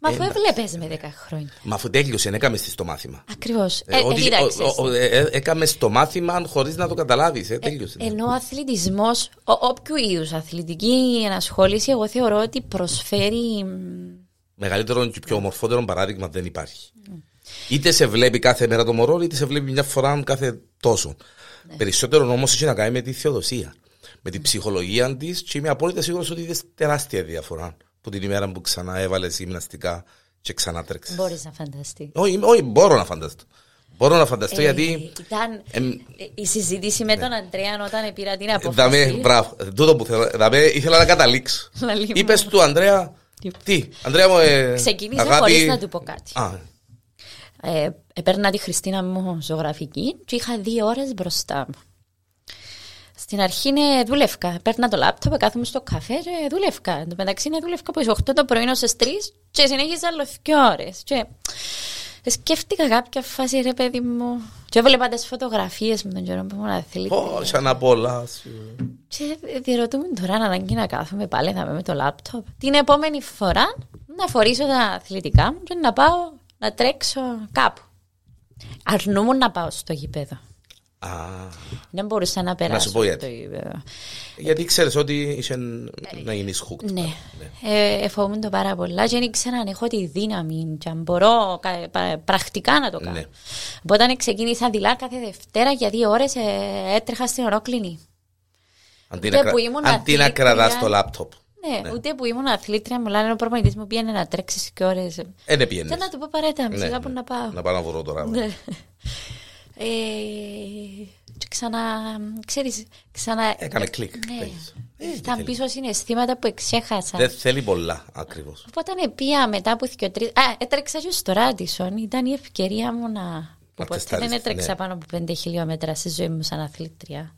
[SPEAKER 1] Ε,
[SPEAKER 2] Μα αφού έβλεπες με 10 χρόνια.
[SPEAKER 1] Μα αφού τέλειωσε, έκαμε το μάθημα.
[SPEAKER 2] Ακριβώς.
[SPEAKER 1] Ε,
[SPEAKER 2] Ε,
[SPEAKER 1] ότι-
[SPEAKER 2] ε, κοίταξες.
[SPEAKER 1] ο- ο- ε, ε, έκαμες το μάθημα χωρίς να το καταλάβεις. Ε, τέλειωσε.
[SPEAKER 2] Ενώ ο αθλητισμός, όποιου είδους αθλητική ενασχόληση, εγώ θεωρώ ότι προσφέρει. μ,
[SPEAKER 1] Μεγαλύτερο και πιο ομορφότερο παράδειγμα δεν υπάρχει. Είτε σε βλέπει κάθε μέρα το μωρό, είτε σε βλέπει μια φορά κάθε τόσο.
[SPEAKER 2] Ναι.
[SPEAKER 1] Περισσότερο όμως έχει να κάνει με τη θεοδοσία. Με την ψυχολογία της και είμαι απόλυτα σίγουρος ότι είδες τεράστια διαφορά που την ημέρα που ξανά έβαλες γυμναστικά και ξανά τρέξες.
[SPEAKER 2] Μπορείς να φανταστεί.
[SPEAKER 1] Όχι, όχι, μπορώ να φανταστώ. Μπορώ να φανταστώ
[SPEAKER 2] Ε,
[SPEAKER 1] γιατί. Ναι.
[SPEAKER 2] Ήταν
[SPEAKER 1] εμ,
[SPEAKER 2] ε, η συζήτηση με τον Αντρέα όταν πήρα την
[SPEAKER 1] Δαμέ,
[SPEAKER 2] απόφαση.
[SPEAKER 1] μπράβο. Τούτο που θέλω. Δαμέ, ήθελα να καταλήξω.
[SPEAKER 2] Λαλή μου.
[SPEAKER 1] Είπες του, Ανδρέα. Τι, Ανδρέα μου. Ε,
[SPEAKER 2] Ξεκίνησε
[SPEAKER 1] αγάπη-
[SPEAKER 2] χωρίς να του πω κάτι.
[SPEAKER 1] Α,
[SPEAKER 2] Ε, έπαιρνα τη Χριστίνα μου ζωγραφική και είχα δύο ώρες μπροστά μου. Στην αρχή είναι δούλευκα. Παίρνα το λάπτοπ, κάθομαι στο καφέ και δούλευκα. Εν τω μεταξύ είναι δούλευκα από τις 8 το πρωί στις 3 και συνέχιζα άλλο 2 ώρες. Και ε, σκέφτηκα κάποια φάση ρε παιδί μου και έβλεπα τις φωτογραφίες με τον καιρό που ήμουν αθλητή.
[SPEAKER 1] πόσα να απολαύσω.
[SPEAKER 2] Και διερωτούμε τώρα αν ανάγκη να κάθομαι πάλι θα είμαι με το λάπτοπ. Την επόμενη φορά να φορήσω τα αθλητικά μου και να πάω να τρέξω κάπου. Αρνούμουν να πάω στο γήπεδο.
[SPEAKER 1] Α,
[SPEAKER 2] Δεν μπορούσα να περάσω
[SPEAKER 1] σου πω γιατί.
[SPEAKER 2] το γήπεδο.
[SPEAKER 1] γιατί ξέρεις ότι είσαι να γίνεις hooked.
[SPEAKER 2] Ναι. Ε, εφοβούμουν το πάρα πολλά και δεν ήξερα αν έχω τη δύναμη και αν μπορώ κα- πα- πρακτικά να το κάνω.
[SPEAKER 1] Ναι.
[SPEAKER 2] Οπότε ξεκίνησα δειλά κάθε Δευτέρα για δύο ώρες ε, έτρεχα στην ορόκληνη.
[SPEAKER 1] Αντί
[SPEAKER 2] Ούτε
[SPEAKER 1] να, κρα...
[SPEAKER 2] Ναι, που ήμουν
[SPEAKER 1] αντί να
[SPEAKER 2] αθλήτρια.
[SPEAKER 1] κρατά το λάπτοπ.
[SPEAKER 2] Ναι, ούτε που ήμουν αθλήτρια μου λένε ο προπονητής μου πήγαινε να τρέξεις και ώρες.
[SPEAKER 1] Ε, Δεν πιένει.
[SPEAKER 2] Θέλω να του πω παρέτα,
[SPEAKER 1] Ναι,
[SPEAKER 2] ναι, σιγά που
[SPEAKER 1] ναι.
[SPEAKER 2] να πάω.
[SPEAKER 1] Να πάω να βρω τώρα.
[SPEAKER 2] Ναι. Ε, και ξανα, ξέρεις, ξανα...
[SPEAKER 1] Έκανε κλικ.
[SPEAKER 2] Ναι.
[SPEAKER 1] Τέλειωσε. Ε,
[SPEAKER 2] Ήταν πίσω συναισθήματα που εξέχασα.
[SPEAKER 1] Δεν θέλει πολλά ακριβώς.
[SPEAKER 2] Οπότε πια μετά από δύο τρεις. Α, έτρεξα και στο Ράντισον. Ήταν η ευκαιρία μου να. που ποτέ
[SPEAKER 1] τεστάρεις,
[SPEAKER 2] δεν έτρεξα
[SPEAKER 1] ναι.
[SPEAKER 2] πάνω από πέντε χιλιόμετρα στη ζωή μου σαν αθλήτρια.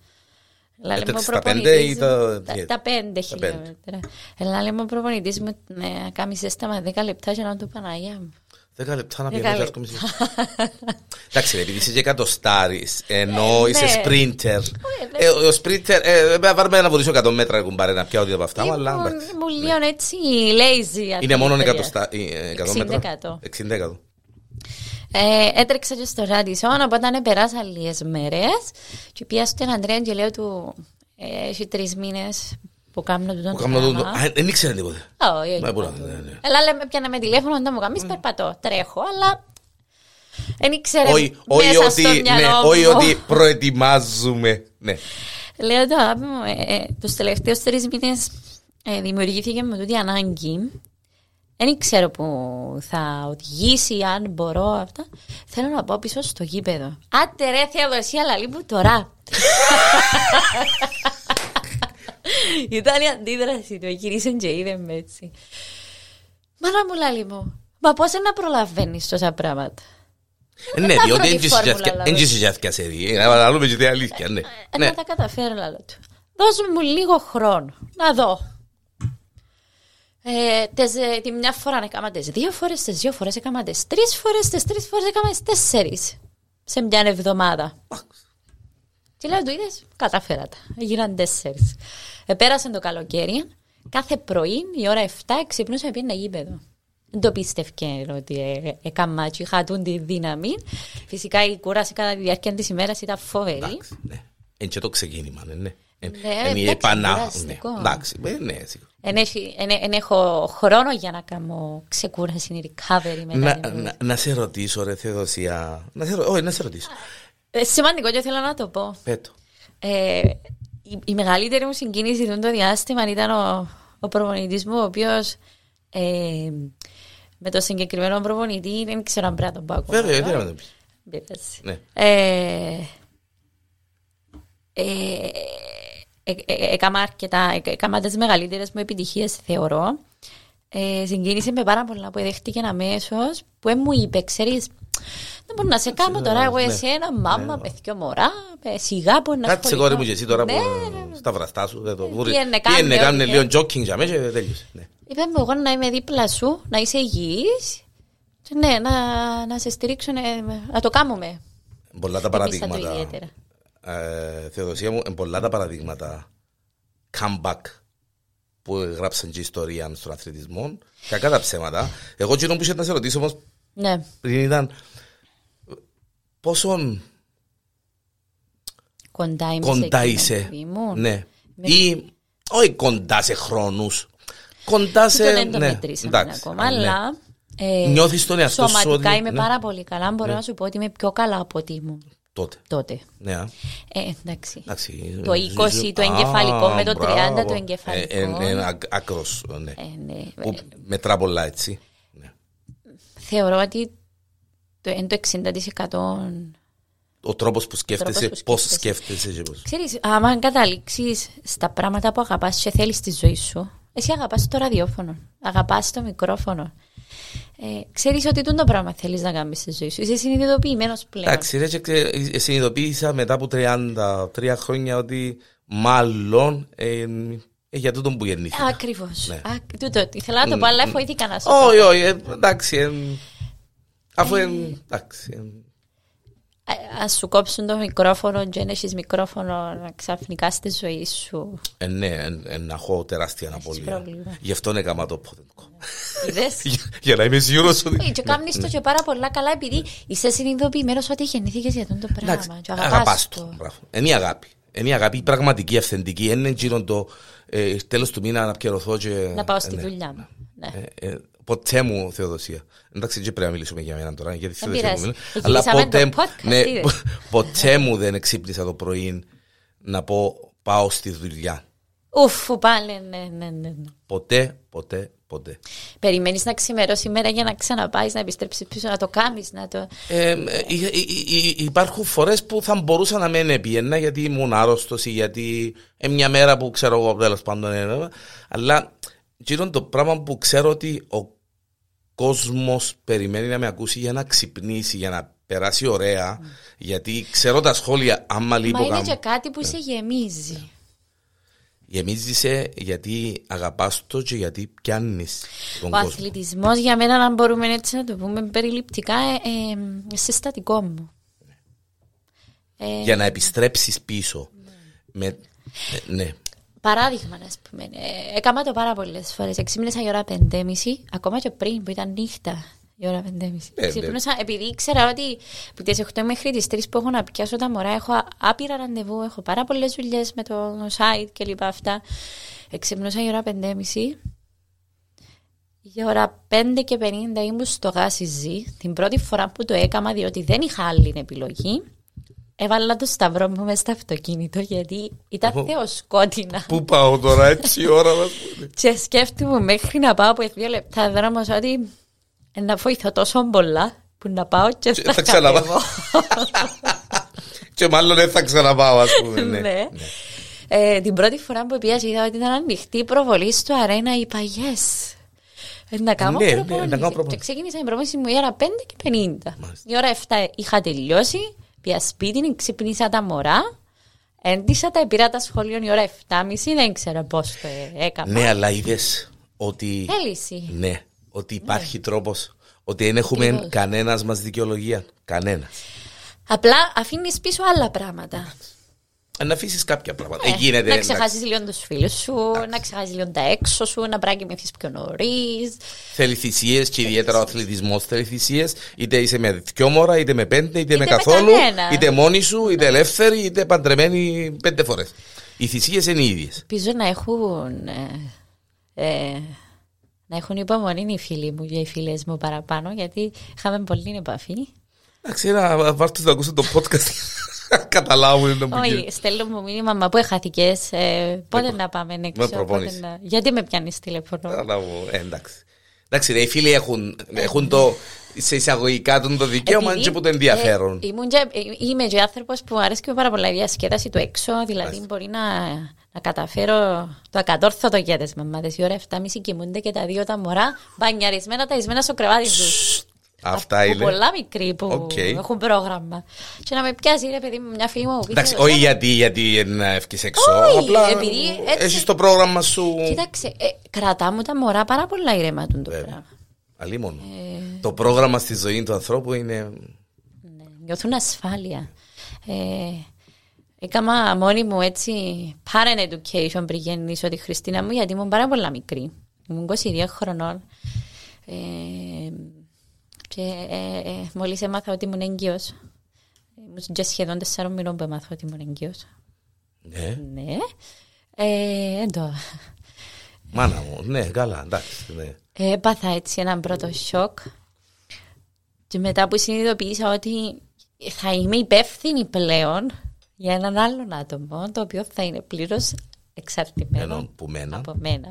[SPEAKER 2] Αλλά λέμε ο
[SPEAKER 1] Έτρεξες τα
[SPEAKER 2] προπονητής
[SPEAKER 1] πέντε ή
[SPEAKER 2] μου-
[SPEAKER 1] τα-
[SPEAKER 2] τα, τα πέντε χιλιόμετρα. Αλλά λέμε ο προπονητής μου ναι, κάμισε στα δέκα λεπτά για να του Παναγία μου.
[SPEAKER 1] Δέκα λεπτά να
[SPEAKER 2] Δέκα
[SPEAKER 1] πιένει.
[SPEAKER 2] λεπτά.
[SPEAKER 1] Εντάξει, ρε, επειδή είσαι και εκατοστάρι, ενώ
[SPEAKER 2] Ε,
[SPEAKER 1] είσαι
[SPEAKER 2] ναι.
[SPEAKER 1] σπρίντερ. Ε, Ο σπρίντερ, ε, ε, βάρμε να βοδίσω 100 μέτρα, έχουν πάρει να πιάω δύο από αυτά,
[SPEAKER 2] Ήμουν-
[SPEAKER 1] αλλά εντάξει.
[SPEAKER 2] Μου λίγο έτσι lazy.
[SPEAKER 1] Ναι. Είναι μόνο
[SPEAKER 2] αθλήτρια.
[SPEAKER 1] 100 μέτρα.
[SPEAKER 2] 60%.
[SPEAKER 1] 60 εκατό.
[SPEAKER 2] Ε, έτρεξα και στο Ράντισον, οπότε αν πέρασα λίγες μέρες και πήγα στον Αντρέα και λέω του ε, έχει τρεις μήνες που κάνω τούτο
[SPEAKER 1] Που
[SPEAKER 2] το Ε,
[SPEAKER 1] κάνω το-
[SPEAKER 2] πράγμα».
[SPEAKER 1] Α, Δεν ήξερε τίποτε.
[SPEAKER 2] Α, όχι, όχι.
[SPEAKER 1] Μα, μπορεί να- ναι, ναι.
[SPEAKER 2] Αλλά λέμε πιάνα με τηλέφωνο, να μου κάνεις περπατώ, τρέχω, αλλά δεν ήξερε
[SPEAKER 1] Όχι- Όχι
[SPEAKER 2] μέσα στο
[SPEAKER 1] ότι- ναι,
[SPEAKER 2] μυαλό
[SPEAKER 1] όχι
[SPEAKER 2] μου. Ε,
[SPEAKER 1] ότι προετοιμάζουμε. Ναι.
[SPEAKER 2] Λέω το αγάπη μου, ε, ε, τους τελευταίους τρεις μήνες ε, δημιουργήθηκε με τούτη ανάγκη. Δεν ξέρω που θα οδηγήσει, αν μπορώ αυτά. Θέλω να πάω πίσω στο γήπεδο. Άντε ρε θεοδοσία λαλή μου τώρα. Ήταν η αντίδραση του, γύρισε και είδε με έτσι. Μάνα μου λαλή μου, μα πώς να προλαβαίνεις τόσα πράγματα.
[SPEAKER 1] Ε, Ναι,
[SPEAKER 2] θα
[SPEAKER 1] διότι
[SPEAKER 2] βρω τη
[SPEAKER 1] δεν
[SPEAKER 2] φόρμουλα, λαλός.
[SPEAKER 1] ξεζιάθηκε σε δύο. Να λέμε και την αλήθεια, ναι.
[SPEAKER 2] Ε,
[SPEAKER 1] Ναι,
[SPEAKER 2] Να τα καταφέρω, λαλό του. Δώσ' μου λίγο χρόνο. Να δω. Ε, τες, ε, τη μια φορά έκανα τις δύο φορές, τις δύο φορές έκανα τις τρεις φορές, τις τρεις φορές έκανα τις τέσσερις. Σε μια εβδομάδα. Και λέω, το είδες, κατάφερα τα. Έγιναν τέσσερις. Ε, πέρασε το καλοκαίρι. Κάθε πρωί, η ώρα 7, ξυπνούσα και ένα γήπεδο. Δεν το πίστευκε ότι ε, έκανα και είχα τούν τη δύναμη. Φυσικά η κούραση κατά τη διάρκεια της ημέρας ήταν φοβερή.
[SPEAKER 1] εντάξει, ναι. Εν και το ξεκίνημα, ναι, ναι. Εν-
[SPEAKER 2] Ναι,
[SPEAKER 1] εν η
[SPEAKER 2] εντάξει,
[SPEAKER 1] επανά... ναι,
[SPEAKER 2] κουραστικό.
[SPEAKER 1] Εντάξει, ε, ναι, σίγουρα.
[SPEAKER 2] Εν έχει- εν- εν έχω χρόνο για να κάνω ξεκούραση, recovery μετά.
[SPEAKER 1] Να,
[SPEAKER 2] την
[SPEAKER 1] να,
[SPEAKER 2] δουλειά.
[SPEAKER 1] να σε ρωτήσω, ρε Θεοδοσία. Να σε, ρω- όχι, να σε ρωτήσω.
[SPEAKER 2] Ε, Σημαντικό και θέλω να το πω.
[SPEAKER 1] Πέτω.
[SPEAKER 2] Ε, η, η μεγαλύτερη μου συγκίνηση τον το διάστημα ήταν ο, ο προπονητής μου, ο οποίος με το συγκεκριμένο προπονητή δεν ξέρω αν πρέπει να τον πω ακόμα.
[SPEAKER 1] Βέβαια, τι να με το πεις.
[SPEAKER 2] Δεν πειράζει.
[SPEAKER 1] Ναι.
[SPEAKER 2] Ε, ε, ε, ε, Έκανα αρκετά, ε, έκανα τις μεγαλύτερες μου επιτυχίες θεωρώ. Ε, συγκίνησε με πάρα πολλά που δέχτηκε αμέσως που ε, μου είπε, ξέρεις, δεν μπορώ να σε κάνω τώρα εγώ
[SPEAKER 1] ναι.
[SPEAKER 2] εσένα, μάμα, παιδιό μωρά, ε, σιγά που να
[SPEAKER 1] Κάτσε κόρη μου και εσύ τώρα
[SPEAKER 2] Ναι,
[SPEAKER 1] που στα βραστά σου, δεν το βούρει.
[SPEAKER 2] Τι είναι,
[SPEAKER 1] Τι είναι,
[SPEAKER 2] κάνε,
[SPEAKER 1] κάνε
[SPEAKER 2] όχι,
[SPEAKER 1] λίγο
[SPEAKER 2] ε.
[SPEAKER 1] τζόκινγκ για μέσα και τέλειωσε. ναι.
[SPEAKER 2] Είπε μου εγώ να είμαι δίπλα σου, να είσαι υγιής, και ναι, να, να σε στηρίξω, ε, να το κάνουμε.
[SPEAKER 1] Πολλά τα
[SPEAKER 2] Επίσης, το
[SPEAKER 1] παραδείγματα.
[SPEAKER 2] ιδιαίτερα.
[SPEAKER 1] Ε, Θεοδοσία μου, ε, πολλά τα παραδείγματα comeback που γράψαν και ιστορία στον αθλητισμό. Κακά τα ψέματα. Εγώ εκείνο που είχε να σε ρωτήσω όμως
[SPEAKER 2] Ναι.
[SPEAKER 1] πριν ήταν πόσον
[SPEAKER 2] Κοντά είμαι
[SPEAKER 1] κοντά
[SPEAKER 2] σε
[SPEAKER 1] είσαι.
[SPEAKER 2] εκείνο που ήμουν.
[SPEAKER 1] Ναι. Ή όχι κοντά σε χρόνους. Κοντά
[SPEAKER 2] Σε...
[SPEAKER 1] σε. ναι,
[SPEAKER 2] Δεν το μετρήσαμε
[SPEAKER 1] εντάξει,
[SPEAKER 2] ακόμα,
[SPEAKER 1] ναι.
[SPEAKER 2] αλλά. Ε,
[SPEAKER 1] Νιώθεις τον εαυτό σου
[SPEAKER 2] Σωματικά
[SPEAKER 1] ότι-
[SPEAKER 2] είμαι
[SPEAKER 1] ναι.
[SPEAKER 2] πάρα πολύ καλά. Μπορώ να σου πω ότι είμαι πιο καλά από ότι ήμουν
[SPEAKER 1] Τότε.
[SPEAKER 2] τότε.
[SPEAKER 1] Ναι. α.
[SPEAKER 2] Ε, εντάξει.
[SPEAKER 1] Εντάξει. ε,
[SPEAKER 2] Το 20 το
[SPEAKER 1] Α,
[SPEAKER 2] εγκεφαλικό με το 30
[SPEAKER 1] μπράβο.
[SPEAKER 2] το εγκεφαλικό.
[SPEAKER 1] Ε, ε, ε, ακ- ακρός, ναι.
[SPEAKER 2] Ε, ναι.
[SPEAKER 1] Που μετρά πολλά έτσι. Ναι.
[SPEAKER 2] Θεωρώ ότι το, εν το 60%
[SPEAKER 1] Ο τρόπος που σκέφτεσαι,
[SPEAKER 2] τρόπος που
[SPEAKER 1] πώς σκέφτεσαι και πώς.
[SPEAKER 2] Ξέρεις, άμα καταλήξεις στα πράγματα που αγαπάς και θέλεις στη ζωή σου, εσύ αγαπάς το ραδιόφωνο, αγαπάς το μικρόφωνο. Ε, ξέρεις ότι τούτο πράγμα θέλεις να κάνεις στη ζωή σου. Είσαι συνειδητοποιημένος πλέον.
[SPEAKER 1] Εντάξει, ρε, και ξε- ε, συνειδητοποίησα μετά από 33 χρόνια ότι μάλλον ε, ε, για τούτον που γεννήθηκα.
[SPEAKER 2] Ακριβώς.
[SPEAKER 1] Ναι.
[SPEAKER 2] Α, τούτο, ήθελα να το πω, αλλά εφοήθηκα να σου πω.
[SPEAKER 1] Όχι, όχι, ε, εντάξει. ε, Αφού ε, εντάξει. ε,
[SPEAKER 2] Α ας σου κόψουν το μικρόφωνο και αν έχεις μικρόφωνο ξαφνικά στη ζωή σου.
[SPEAKER 1] Ε, ναι, εν- εν- να έχω τεράστια αναπολία.
[SPEAKER 2] πρόβλημα.
[SPEAKER 1] Γι' αυτό έκανα το podcast.
[SPEAKER 2] Είδες.
[SPEAKER 1] Για- Για να είμαι σίγουρος ότι...
[SPEAKER 2] Ε, Και κάνεις το και πάρα πολλά καλά
[SPEAKER 1] Ναι.
[SPEAKER 2] επειδή είσαι συνειδητοποιημένος ότι γεννήθηκες για τούτο πράγμα. Και
[SPEAKER 1] αγαπάς το. Μπράβο. Είναι η αγάπη. Είναι η αγάπη η πραγματική, αυθεντική. Είναι γύρω το ε, τέλος του μήνα να πιερωθώ και...
[SPEAKER 2] Να πάω στη
[SPEAKER 1] ε, ναι.
[SPEAKER 2] δουλειά μου. Ναι.
[SPEAKER 1] Ε, ε, ποτέ μου Θεοδοσία. Εντάξει, δεν πρέπει να μιλήσουμε για μένα τώρα, γιατί
[SPEAKER 2] Δεν
[SPEAKER 1] Θεοδοσία
[SPEAKER 2] πειράζει.
[SPEAKER 1] μου μιλά.
[SPEAKER 2] Ξεκινήσαμε το podcast,
[SPEAKER 1] ναι,
[SPEAKER 2] είδες.
[SPEAKER 1] πο- ποτέ μου δεν εξύπνησα το πρωί να πω πάω στη δουλειά.
[SPEAKER 2] Ουφ, πάλι, ναι, ναι, ναι. ναι.
[SPEAKER 1] Ποτέ, ποτέ, ποτέ.
[SPEAKER 2] Περιμένεις να ξημερώσει η μέρα για να ξαναπάεις, να επιστρέψεις πίσω, να το κάνεις. Να το...
[SPEAKER 1] Ε, ε, ε, ε, υπάρχουν φορές που θα μπορούσα να μην πιένα γιατί ήμουν άρρωστος ή γιατί ε, μια μέρα που ξέρω εγώ τέλος πάντων ε, ε, ε, αλλά γύρω το πράγμα που ξέρω ότι ο κόσμος περιμένει να με ακούσει για να ξυπνήσει, για να περάσει ωραία γιατί ξέρω τα σχόλια άμα
[SPEAKER 2] Μα
[SPEAKER 1] λείπω
[SPEAKER 2] είναι
[SPEAKER 1] κάμω
[SPEAKER 2] και κάτι
[SPEAKER 1] Ναι.
[SPEAKER 2] που σε γεμίζει.
[SPEAKER 1] γεμίζεσαι γιατί αγαπάς το και γιατί πιάνεις τον
[SPEAKER 2] Ο
[SPEAKER 1] κόσμο
[SPEAKER 2] αθλητισμός για μένα, αν μπορούμε έτσι να το πούμε περιληπτικά, ε, ε, συστατικό μου.
[SPEAKER 1] Ναι.
[SPEAKER 2] Ε,
[SPEAKER 1] για να επιστρέψεις πίσω
[SPEAKER 2] Ναι.
[SPEAKER 1] με, ε, ναι,
[SPEAKER 2] Παράδειγμα, ας πούμε. Ε, έκανα το πάρα πολλές φορές. Εξήμνησα η ώρα 5.30, ακόμα και πριν που ήταν νύχτα η ώρα 5.30.
[SPEAKER 1] ναι.
[SPEAKER 2] Ξύπνησα επειδή ήξερα ότι από τις 8 μέχρι τις 3 που έχω να πιάσω τα μωρά έχω άπειρα ραντεβού, έχω πάρα πολλές δουλειές με το site κλπ. Αυτά. Εξήμνησα η ώρα 5.30. Η ώρα 5 και 50 ήμουν στο γάσιζι. Την πρώτη φορά που το έκανα, διότι δεν είχα άλλη επιλογή, έβαλα το σταυρό μου μέσα στο αυτοκίνητο γιατί ήταν θεοσκότεινα.
[SPEAKER 1] Πού πάω τώρα, έτσι η ώρα μας
[SPEAKER 2] Και σκέφτομαι μέχρι να πάω από δύο λεπτά δρόμος ότι να βοηθώ τόσο πολλά που να πάω και
[SPEAKER 1] Και
[SPEAKER 2] θα,
[SPEAKER 1] θα ξαναπάω.
[SPEAKER 2] κατέβω.
[SPEAKER 1] Και μάλλον δεν θα ξαναπάω, ας πούμε.
[SPEAKER 2] ναι.
[SPEAKER 1] Ναι.
[SPEAKER 2] Ε, την πρώτη φορά που πήγα και είδα ότι ήταν ανοιχτή η προβολή στο αρένα είπα yes. Ε, Να κάνω
[SPEAKER 1] Ναι, ναι,
[SPEAKER 2] προπόνηση.
[SPEAKER 1] να κάνω προπόνηση.
[SPEAKER 2] Και ξεκίνησα την προπόνηση μου η ώρα 5 και 50.
[SPEAKER 1] Μάλιστα.
[SPEAKER 2] Η ώρα 7 είχα τελειώσει, πια σπίτι, ξυπνήσα τα μωρά, έντυσα τα, πήρα τα σχολείο η ώρα 7.30, δεν ξέρω πώς το έκανα.
[SPEAKER 1] Ναι, αλλά είδες ότι.
[SPEAKER 2] Θέληση.
[SPEAKER 1] Ναι, ότι υπάρχει τρόπος. Ότι δεν έχουμε
[SPEAKER 2] Τίποτα.
[SPEAKER 1] κανένας μας δικαιολογία. Κανένας.
[SPEAKER 2] Απλά αφήνεις πίσω άλλα πράγματα.
[SPEAKER 1] Αν αφήσεις κάποια πράγματα.
[SPEAKER 2] Ε,
[SPEAKER 1] Ε, γίνεται.
[SPEAKER 2] να
[SPEAKER 1] εντάξει.
[SPEAKER 2] ξεχάσεις λίγο τους φίλους σου, να ξεχάσεις λίγο τα έξω σου, να πράγματι πιο νωρίς.
[SPEAKER 1] Θέλει θυσίε και ιδιαίτερα ο αθλητισμός θέλει θυσίε. Είτε είσαι με δυο μόρα, είτε με πέντε, είτε, με
[SPEAKER 2] με
[SPEAKER 1] καθόλου.
[SPEAKER 2] κανένα.
[SPEAKER 1] είτε μόνη σου, είτε ελεύθερη, είτε παντρεμένη πέντε φορές. Οι θυσίες είναι οι ίδιες.
[SPEAKER 2] Ελπίζω να έχουν. ε, ε, να έχουν υπομονή οι φίλοι μου και οι φίλες μου παραπάνω, γιατί είχαμε πολύ επαφή.
[SPEAKER 1] Εντάξει, να βάρτου να ακούσουν το podcast. Καταλάβουν το που γίνεται.
[SPEAKER 2] Όχι, στέλνω μου μήνυμα, μα πού εχαθήκε, πότε
[SPEAKER 1] Με-
[SPEAKER 2] να πάμε
[SPEAKER 1] με
[SPEAKER 2] έξω, πότε
[SPEAKER 1] προπόνηση.
[SPEAKER 2] να... Γιατί με πιάνεις τηλέφωνο.
[SPEAKER 1] Καταλάβω, ε, εντάξει. Εντάξει, ρε, οι φίλοι έχουν, έχουν το, σε εισαγωγικά τον το δικαίωμα
[SPEAKER 2] Επειδή,
[SPEAKER 1] και που το ενδιαφέρον.
[SPEAKER 2] ε, ήμουν και- ε, είμαι και άνθρωπος που μου αρέσει και πάρα πολλά η διασκέδαση του έξω. Δηλαδή,
[SPEAKER 1] Μάλιστα.
[SPEAKER 2] μπορεί να, να καταφέρω το ακατόρθωτο για τι μαμάδε. Η ώρα 7.30 κοιμούνται και τα δύο τα μωρά μπανιαρισμένα τα ισμένα στο κρεβάτι τους.
[SPEAKER 1] Αυτά είναι.
[SPEAKER 2] ε, Πολλά μικροί που
[SPEAKER 1] Οκ.
[SPEAKER 2] έχουν πρόγραμμα. Και να με πιάσει, ρε παιδί μου, μια φίλη μου. που
[SPEAKER 1] Εντάξει,
[SPEAKER 2] πήρε-
[SPEAKER 1] όχι γιατί, γιατί να ευκείς έξω.
[SPEAKER 2] Όχι,
[SPEAKER 1] απλά
[SPEAKER 2] επειδή έτσι-
[SPEAKER 1] έχεις το πρόγραμμα σου.
[SPEAKER 2] Κοίταξε, ε, κρατά μου τα μωρά πάρα πολλά ηρεμά του το
[SPEAKER 1] Βέβαια.
[SPEAKER 2] πράγμα.
[SPEAKER 1] Ε,
[SPEAKER 2] Ε,
[SPEAKER 1] Αλίμονο. Το πρόγραμμα στη ζωή του ανθρώπου είναι.
[SPEAKER 2] Ναι, νιώθουν ασφάλεια. Ε, έκανα μόνη μου έτσι parent education πριν γεννήσω τη Χριστίνα μου γιατί ήμουν πάρα πολλά μικρή. Ήμουν 22 χρονών. Ε, και ε, ε, μόλις έμαθα ότι ήμουν έγκυος. ε, Ήμουν και σχεδόν 4 μηνών που έμαθα ότι ήμουν έγκυος.
[SPEAKER 1] Ναι,
[SPEAKER 2] Ναι. Ε, εν το-
[SPEAKER 1] μάνα μου. Ναι, καλά, εντάξει. Ναι.
[SPEAKER 2] Ε, Έπαθα έτσι έναν πρώτο σοκ και μετά που συνειδητοποίησα ότι θα είμαι υπεύθυνη πλέον για έναν άλλον άτομο το οποίο θα είναι πλήρως εξαρτημένο
[SPEAKER 1] Ενώ που μένα.
[SPEAKER 2] από μένα.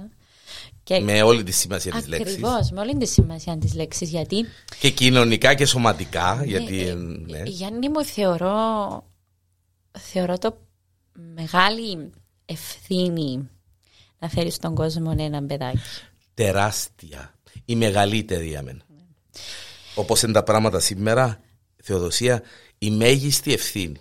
[SPEAKER 2] Και
[SPEAKER 1] Με όλη τη σημασία της λέξης.
[SPEAKER 2] ακριβώς, με όλη τη σημασία της λέξης γιατί
[SPEAKER 1] Και κοινωνικά και σωματικά. γιατί. ε, ναι.
[SPEAKER 2] η Γιάννη μου θεωρώ, θεωρώ το μεγάλη ευθύνη να φέρεις στον κόσμο ένα παιδάκι.
[SPEAKER 1] τεράστια. Η μεγαλύτερη για μένα. Όπως είναι τα πράγματα σήμερα, Θεοδοσία, η μέγιστη ευθύνη.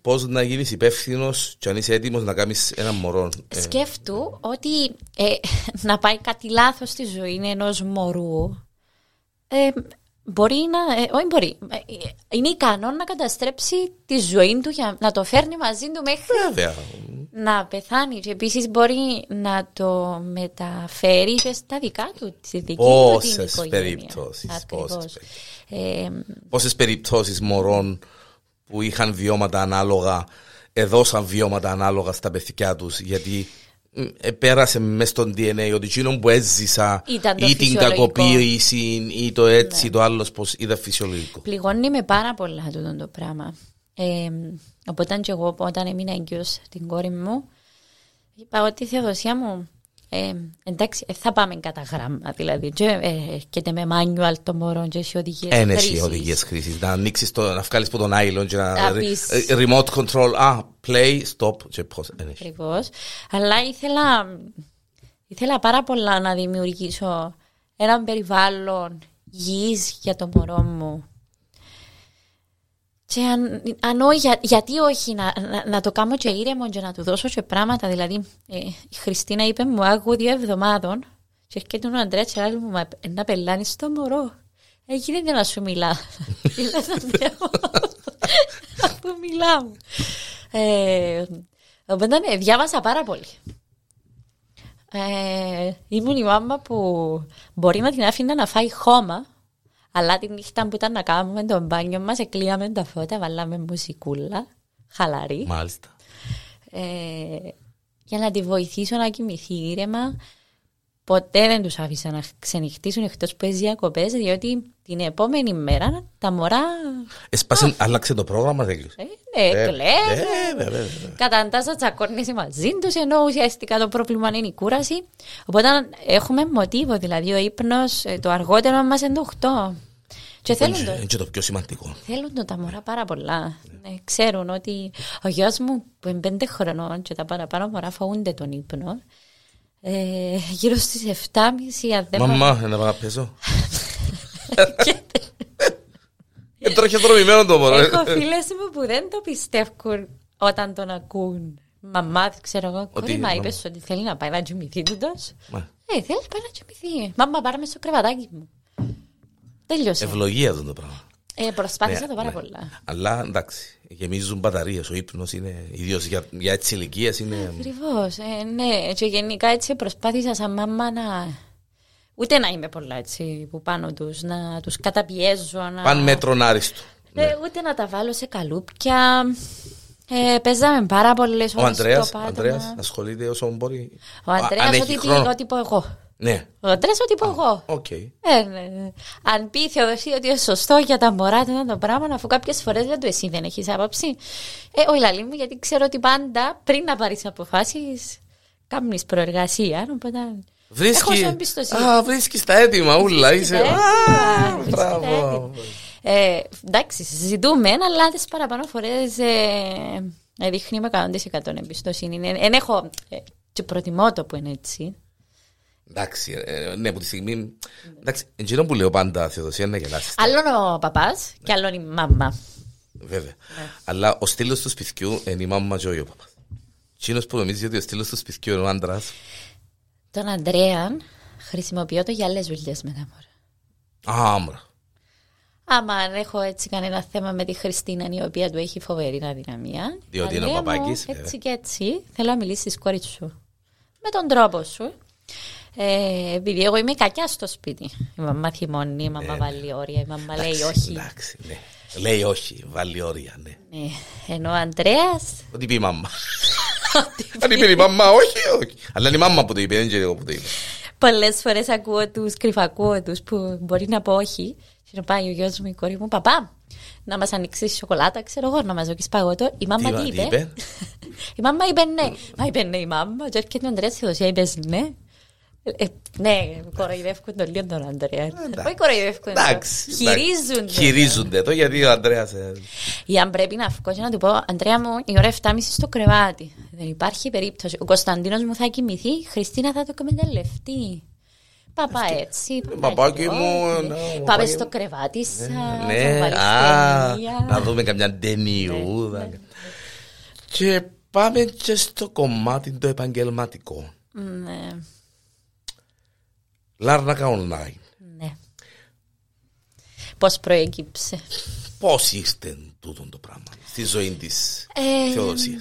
[SPEAKER 1] Πώς να γίνεις υπεύθυνος και αν είσαι έτοιμος να κάνεις ένα μωρό. Ε,
[SPEAKER 2] Σκέφτου ότι ε, να πάει κάτι λάθος στη ζωή ενός μωρού. Ε, μπορεί να. ε, όχι, μπορεί. Ε, ε, είναι ικανό να καταστρέψει τη ζωή του, για, να το φέρνει μαζί του μέχρι
[SPEAKER 1] βέβαια.
[SPEAKER 2] να πεθάνει. Και επίσης μπορεί να το μεταφέρει και στα δικά του, στη δική του την
[SPEAKER 1] Πόσες
[SPEAKER 2] οικογένεια.
[SPEAKER 1] περιπτώσεις,
[SPEAKER 2] Ακριβώς.
[SPEAKER 1] πόσες
[SPEAKER 2] Ε,
[SPEAKER 1] Πόσες περιπτώσεις μωρών που είχαν βιώματα ανάλογα, εδώσαν βιώματα ανάλογα στα παιδιά τους, γιατί μ, ε, πέρασε μέσα στο DNA ότι εκείνο που έζησα
[SPEAKER 2] Ήταν το Ναι.
[SPEAKER 1] ή την
[SPEAKER 2] φυσιολογικό.
[SPEAKER 1] κακοποίηση ή το έτσι, το άλλος, πώ είδα φυσιολογικό.
[SPEAKER 2] Πληγώνει με πάρα πολλά τούτο το πράγμα. Ε, οπότε και εγώ όταν έμεινα έγκυος την κόρη μου, είπα ότι η θεοδοσία μου, ε, εντάξει, ε, θα πάμε κατά γράμμα. Δηλαδή, και, ε, έρχεται με manual το μωρό και έχει οδηγίες
[SPEAKER 1] Ένα
[SPEAKER 2] χρήσης.
[SPEAKER 1] Ε, ναι, εσύ οδηγίες χρήσης. Να ανοίξεις το, να βγάλεις από τον άιλον και να.
[SPEAKER 2] Να πεις-
[SPEAKER 1] ε, Remote control. Α, play, stop. Και πώς.
[SPEAKER 2] Ακριβώς. Αλλά ήθελα, ήθελα πάρα πολλά να δημιουργήσω ένα περιβάλλον γης για το μωρό μου. Και αν, αν όχι, για- γιατί όχι να, να, να το κάνω και ήρεμο και να του δώσω και πράγματα. Δηλαδή, ε, η Χριστίνα είπε μου, άκου δύο εβδομάδων και έρχεται ο Αντρέα και λέει μου, «Μα, ε, να πελάνεις το μωρό. Ε, γίνεται να σου μιλά. Τι λες, Αντρέα μου, αφού μιλάω. Ε, οπότε ναι, διάβασα πάρα πολύ. Ε, ήμουν η μάμα που μπορεί να την άφηνα να φάει χώμα, αλλά τη νύχτα που ήταν να κάνουμε τον μπάνιο μας, εκλείαμε τα φώτα, βάλαμε μουσικούλα, χαλαρή,
[SPEAKER 1] Μάλιστα.
[SPEAKER 2] ε, για να τη βοηθήσω να κοιμηθεί ήρεμα. Ποτέ δεν τους άφησα να ξενυχτήσουν εκτός που έζη διακοπές, διότι την επόμενη μέρα τα μωρά
[SPEAKER 1] Εσπάσε, άλλαξε το πρόγραμμα, τέλειω.
[SPEAKER 2] ε, ναι, κλαίνε,
[SPEAKER 1] Βέβαια,
[SPEAKER 2] Καταντάσα τσακώνεσαι μαζί τους, ενώ ουσιαστικά το πρόβλημα είναι η κούραση. Οπότε έχουμε μοτίβο, δηλαδή ο ύπνος το αργότερο μας είναι το 8. Και θέλουν το,
[SPEAKER 1] Είναι και το πιο σημαντικό.
[SPEAKER 2] θέλουν το τα μωρά πάρα πολλά. Ναι, ξέρουν ότι ο γιος μου που είναι πέντε χρονών και τα παραπάνω μωρά φοβούνται τον ύπνο. Ε, γύρω στις 7.30 αν δεν
[SPEAKER 1] Μαμά, να πάω να πέσω. Ε, Τρέχει δρομημένο το μωρό.
[SPEAKER 2] Έχω φίλες μου που δεν το πιστεύουν όταν τον ακούν. Μαμά, δεν ξέρω εγώ,
[SPEAKER 1] Ότι-
[SPEAKER 2] κόρη, μα
[SPEAKER 1] μαμά.
[SPEAKER 2] είπες ότι θέλει να πάει να τζιμηθεί τούτο.
[SPEAKER 1] Μα,
[SPEAKER 2] Ε, θέλει να πάει να τζιμηθεί. Μαμά, πάρε μες στο κρεβατάκι μου. Τέλειωσε.
[SPEAKER 1] Ευλογία αυτό το πράγμα.
[SPEAKER 2] Ε, προσπάθησα
[SPEAKER 1] Ναι,
[SPEAKER 2] το πάρα
[SPEAKER 1] ναι.
[SPEAKER 2] πολλά.
[SPEAKER 1] Αλλά εντάξει, γεμίζουν μπαταρίες. Ο ύπνος είναι, ιδίως για, για έτσι ηλικίε, είναι.
[SPEAKER 2] Ακριβώς. Ε, ναι, και γενικά έτσι προσπάθησα σαν μάμα να. Ούτε να είμαι πολλά έτσι που πάνω τους, να τους καταπιέζω. Να...
[SPEAKER 1] Παν μέτρον άριστο.
[SPEAKER 2] Ε, ούτε να τα βάλω σε καλούπια. Ε, παίζαμε πάρα πολλές
[SPEAKER 1] Ο
[SPEAKER 2] ώρες.
[SPEAKER 1] Αντρέα Ανδρέας, ασχολείται όσο μπορεί.
[SPEAKER 2] Ο
[SPEAKER 1] Α, αν
[SPEAKER 2] Αντρέα,
[SPEAKER 1] έχει
[SPEAKER 2] ό,τι, πει,
[SPEAKER 1] χρόνο.
[SPEAKER 2] ό,τι πω εγώ.
[SPEAKER 1] Ναι,
[SPEAKER 2] Ο Αντρέα, ό,τι πω εγώ.
[SPEAKER 1] οκ.
[SPEAKER 2] Ε, ναι, ναι. Αν πει η Θεοδοσία ότι είναι σωστό για τα μωρά του το πράγμα, αφού κάποιες φορές δεν του εσύ δεν έχεις άποψη. Ε, όχι, λαλή μου, γιατί ξέρω ότι πάντα πριν να πάρεις αποφάσεις, κάνεις προεργασία. Οπότε. Έχω
[SPEAKER 1] Βρίσκει.
[SPEAKER 2] σαν εμπιστοσύνη.
[SPEAKER 1] Α, βρίσκεις τα έτοιμα, ούλα. Είσαι.
[SPEAKER 2] ναι.
[SPEAKER 1] Α,
[SPEAKER 2] Βρίσκει τα
[SPEAKER 1] Μπράβο.
[SPEAKER 2] Ε, εντάξει, συζητούμε, αλλά τι παραπάνω φορές ε, ε, δείχνει με 100% εμπιστοσύνη. Ε, εν έχω. ε, και προτιμώ το που είναι έτσι.
[SPEAKER 1] Εντάξει, ε, ναι, από τη στιγμή. Εντάξει, εκείνο που λέω πάντα, Θεοδοσία, είναι να γελάσεις.
[SPEAKER 2] Άλλον ο παπάς και άλλον η μαμά.
[SPEAKER 1] Βέβαια.
[SPEAKER 2] Ναι.
[SPEAKER 1] Αλλά ο στήλος του σπιτιού είναι η μάμα και ο παπάς. Εκείνος που νομίζεις ότι ο στήλος του σπιτιού είναι ο άντρας.
[SPEAKER 2] Τον Αντρέα χρησιμοποιώ το για άλλες δουλειές μετά. μωρέ.
[SPEAKER 1] Άμρα.
[SPEAKER 2] Άμα αν έχω έτσι κανένα θέμα με τη Χριστίνα, η οποία του έχει φοβερή αδυναμία.
[SPEAKER 1] Διότι είναι ο
[SPEAKER 2] Αντρέα μου,
[SPEAKER 1] παπάκης, βέβαια.
[SPEAKER 2] Έτσι και έτσι, θέλω να μιλήσεις τη κόρη σου. Με τον τρόπο σου. Ε, επειδή εγώ είμαι κακιά στο σπίτι. Η μαμά θυμώνει, η μαμά βάλει όρια, η μαμά λέει
[SPEAKER 1] Ε, Εντάξει,
[SPEAKER 2] όχι.
[SPEAKER 1] Εντάξει, ναι. Λέει όχι, βάλει όρια, ναι.
[SPEAKER 2] Ναι. Ενώ ο Αντρέα.
[SPEAKER 1] Ό,τι πει η μάμα. Αν είπε η μάμα, όχι, όχι. Αλλά είναι η μάμα που το είπε, δεν είναι εγώ που το είπε.
[SPEAKER 2] Πολλές φορές ακούω τους, κρυφακούω τους που μπορεί να πω όχι. Και να πάει ο γιος μου, η κόρη μου, παπά, να μας ανοίξει σοκολάτα, ξέρω εγώ, να μας δοκίσει παγωτό. Η μάμα τι είπε. Η μάμα είπε ναι. Μα είπε ναι η μάμα. Και έρχεται ο Αντρέα στη δοσία, είπες ναι. Ε, ναι, κοροϊδεύκουν τον λίγο τον Αντρέα. Όχι κοροϊδεύκουν.
[SPEAKER 1] Εντάξει.
[SPEAKER 2] Χειρίζουν.
[SPEAKER 1] εντάξει. Χειρίζονται το γιατί ο ε, Αντρέα.
[SPEAKER 2] Ή αν πρέπει να βγω και να του πω, Αντρέα μου, η ώρα 7.30 στο κρεβάτι. Δεν υπάρχει περίπτωση. Ο Κωνσταντίνος μου θα κοιμηθεί, η Χριστίνα θα το εκμεταλλευτεί. Παπά έτσι.
[SPEAKER 1] Ε, Παπάκι
[SPEAKER 2] αυτό,
[SPEAKER 1] μου,
[SPEAKER 2] ναι.
[SPEAKER 1] ναι,
[SPEAKER 2] Πάμε
[SPEAKER 1] παπάκι
[SPEAKER 2] στο
[SPEAKER 1] μου.
[SPEAKER 2] κρεβάτι σα.
[SPEAKER 1] Ναι, α, να δούμε καμιά ταινιούδα. Και πάμε και στο κομμάτι το επαγγελματικό.
[SPEAKER 2] Ναι.
[SPEAKER 1] Λάρνακα online.
[SPEAKER 2] ναι. Πώς προέκυψε.
[SPEAKER 1] Πώς είστε τούτο το πράγμα στη ζωή της
[SPEAKER 2] Ε,
[SPEAKER 1] Θεοδοσίας.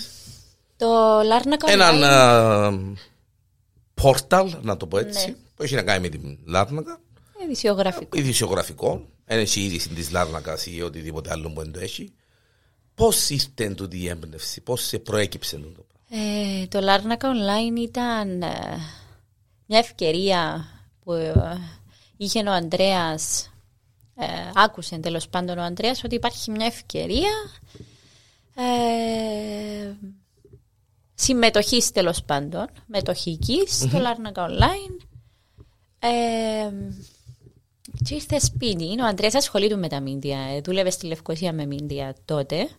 [SPEAKER 2] Το Λάρνακα
[SPEAKER 1] Έναν
[SPEAKER 2] Online.
[SPEAKER 1] α, πόρταλ, να το πω έτσι, που έχει να κάνει με την Λάρνακα.
[SPEAKER 2] Ε, Ειδησιογραφικό.
[SPEAKER 1] Ειδησιογραφικό. Ένα η είδηση της Λάρνακας ή οτιδήποτε άλλο που δεν το έχει. Πώς ήρθε τούτη η έμπνευση, πώς σε προέκυψε τούτο. το πράγμα.
[SPEAKER 2] Ε, το Λάρνακα Online ήταν ε, μια ευκαιρία που ε, είχε ο Ανδρέας, ε, άκουσε τέλος πάντων ο Ανδρέας ότι υπάρχει μια ευκαιρία ε, συμμετοχής τέλος πάντων, μετοχικής στο Λάρνακα Online. Ε, και ήρθε σπίτι. Ο Αντρέας ασχολείται με τα μίντια. Ε, δούλευε στη Λευκοσία με μίντια τότε.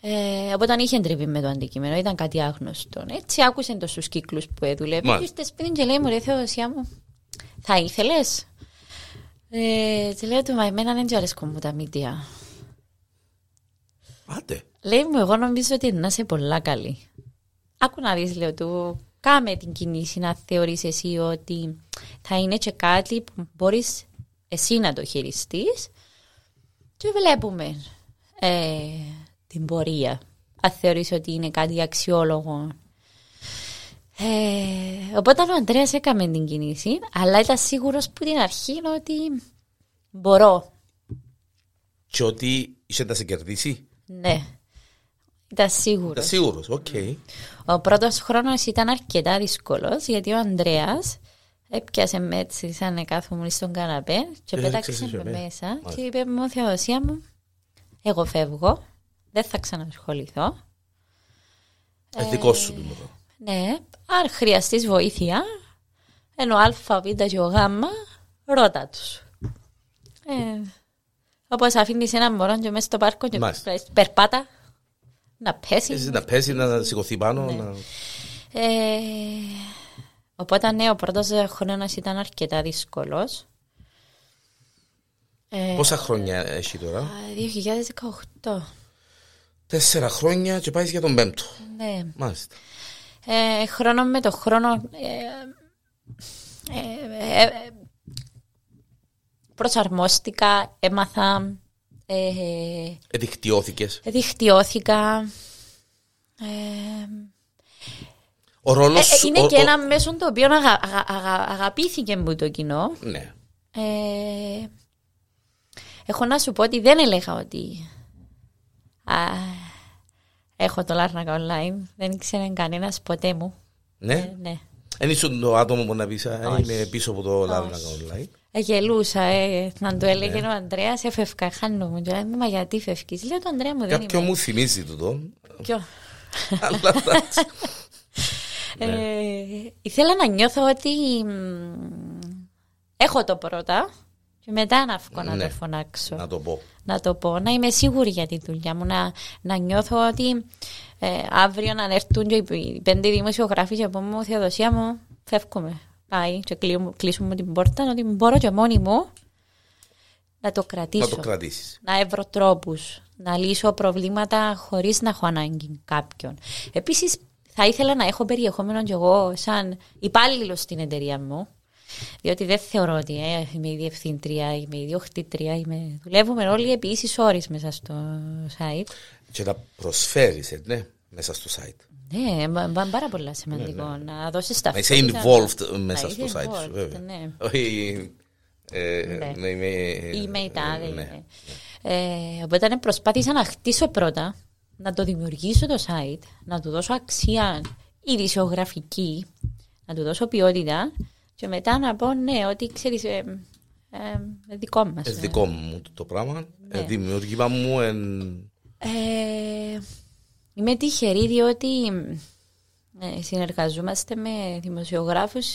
[SPEAKER 2] Ε, οπότε είχε εντριβεί με το αντικείμενο, ήταν κάτι άγνωστο. Έτσι άκουσε το στους κύκλους που έδουλευε. Και
[SPEAKER 1] Μάλιστα.
[SPEAKER 2] ήρθε σπίτι και λέει μου, ρε Θεοδοσία μου, θα ήθελες. Ε, και λέω του, μα εμένα δεν του αρέσκουν μου τα μίντια.
[SPEAKER 1] Άτε.
[SPEAKER 2] Λέει μου, εγώ νομίζω ότι είναι να είσαι πολλά καλή. Άκου να δεις, λέω του, κάμε την κινήση να θεωρείς εσύ ότι θα είναι και κάτι που μπορείς εσύ να το χειριστείς και βλέπουμε ε, την πορεία. Αν θεωρείς ότι είναι κάτι αξιόλογο. Ε, οπότε ο Αντρέας έκαμε την κινήση, αλλά ήταν σίγουρος που την αρχή ότι μπορώ.
[SPEAKER 1] Και ότι είσαι να σε κερδίσει.
[SPEAKER 2] Ναι. Ήταν σίγουρος. Ε,
[SPEAKER 1] Ήταν σίγουρος, οκ.
[SPEAKER 2] Ο πρώτος χρόνος ήταν αρκετά δύσκολος γιατί ο Ανδρέας έπιασε με έτσι σαν να κάθομαι στον καναπέ και
[SPEAKER 1] Ε,
[SPEAKER 2] πέταξε
[SPEAKER 1] ξέρεις,
[SPEAKER 2] με
[SPEAKER 1] ναι.
[SPEAKER 2] μέσα και είπε μου Θεοδοσία μου, εγώ φεύγω, δεν θα ξανασχοληθώ.
[SPEAKER 1] Ε, δικό σου το νούμερο.
[SPEAKER 2] Ναι, αν χρειαστείς βοήθεια, ενώ α, β και ο γ, ρώτα τους. Ε, Όπως αφήνεις ένα μωρό και μέσα στο πάρκο και
[SPEAKER 1] Μάλιστα.
[SPEAKER 2] περπάτα να πέσει. Ναι.
[SPEAKER 1] Εσύ να πέσει, να σηκωθεί πάνω. να-
[SPEAKER 2] Ε, Οπότε ναι, ο πρώτος χρόνος ήταν αρκετά δύσκολος. Ε,
[SPEAKER 1] Πόσα χρόνια έχει τώρα.
[SPEAKER 2] α, 2018.
[SPEAKER 1] Τέσσερα χρόνια και πάει για τον πέμπτο.
[SPEAKER 2] Ναι.
[SPEAKER 1] Μάλιστα.
[SPEAKER 2] Ε, χρόνο με το χρόνο. ε, ε, ε, ε, προσαρμόστηκα, έμαθα, ε,
[SPEAKER 1] Εδικτυώθηκες.
[SPEAKER 2] δικτυώθηκα. Ε,
[SPEAKER 1] Ο ρόλος.
[SPEAKER 2] ε, ε, είναι και ένα μέσο το οποίο αγα- αγα- αγα- αγαπήθηκε μου το κοινό.
[SPEAKER 1] Ναι.
[SPEAKER 2] Ε, έχω να σου πω ότι δεν έλεγα ότι α, έχω το Λάρνακα online. Δεν ήξερε κανένας ποτέ μου. Ε,
[SPEAKER 1] Ναι.
[SPEAKER 2] ναι.
[SPEAKER 1] Εν ήσουν το άτομο που να πεις, είμαι πίσω από το Λάρνακα online.
[SPEAKER 2] Ε, Γελούσα, ε, να του έλεγε
[SPEAKER 1] Ναι.
[SPEAKER 2] ο Αντρέα, έφευγα, χάνω μου. Του λέει, μα γιατί φεύγεις. Λέω, το Αντρέα μου δεν
[SPEAKER 1] Κάποιο
[SPEAKER 2] είναι.
[SPEAKER 1] μου θυμίζει τούτο.
[SPEAKER 2] Ποιο.
[SPEAKER 1] Αλλά εντάξει. Ναι.
[SPEAKER 2] Ε, ήθελα να νιώθω ότι μ, έχω το πρώτα και μετά να βγω να
[SPEAKER 1] Ναι.
[SPEAKER 2] το φωνάξω.
[SPEAKER 1] να το πω.
[SPEAKER 2] να το πω, να είμαι σίγουρη για τη δουλειά μου, να, να νιώθω ότι ε, αύριο να έρθουν και οι- οι πέντε δημοσιογράφοι και πούμε «Θεοδοσία μου, φεύγουμε». Πάει και κλείουμε, κλείσουμε την πόρτα, ότι μπορώ και μόνη μου να το κρατήσω.
[SPEAKER 1] Να το κρατήσεις.
[SPEAKER 2] να έβρω τρόπους, να λύσω προβλήματα χωρίς να έχω ανάγκη κάποιον. Επίσης, θα ήθελα να έχω περιεχόμενο κι εγώ σαν υπάλληλο στην εταιρεία μου. Διότι δεν θεωρώ ότι ε, είμαι η διευθύντρια, είμαι η διοχτήτρια. Είμαι... Δουλεύουμε όλοι επί ίσης ώρες μέσα στο site.
[SPEAKER 1] Και τα προσφέρεις, ναι, μέσα στο site.
[SPEAKER 2] Ναι, μα- μα- πάρα πολύ σημαντικό να δώσεις τα
[SPEAKER 1] ναι. Να είσαι involved μέσα στο site σου, βέβαια.
[SPEAKER 2] Ναι.
[SPEAKER 1] Όχι. ε,
[SPEAKER 2] Ναι.
[SPEAKER 1] να είμαι.
[SPEAKER 2] Είμαι η τάδε.
[SPEAKER 1] ε, ναι.
[SPEAKER 2] είμαι. Ε, οπότε προσπάθησα να χτίσω πρώτα, να το δημιουργήσω το site, να του δώσω αξία ειδησιογραφική, να του δώσω ποιότητα και μετά να πω ναι, ότι ξέρεις, ε, ε, δικό μας.
[SPEAKER 1] Ε, δικό μου το πράγμα. Ε,
[SPEAKER 2] Ναι.
[SPEAKER 1] δημιούργημα μου. εν-
[SPEAKER 2] Ε, είμαι τυχερή διότι ε, συνεργαζόμαστε με δημοσιογράφους.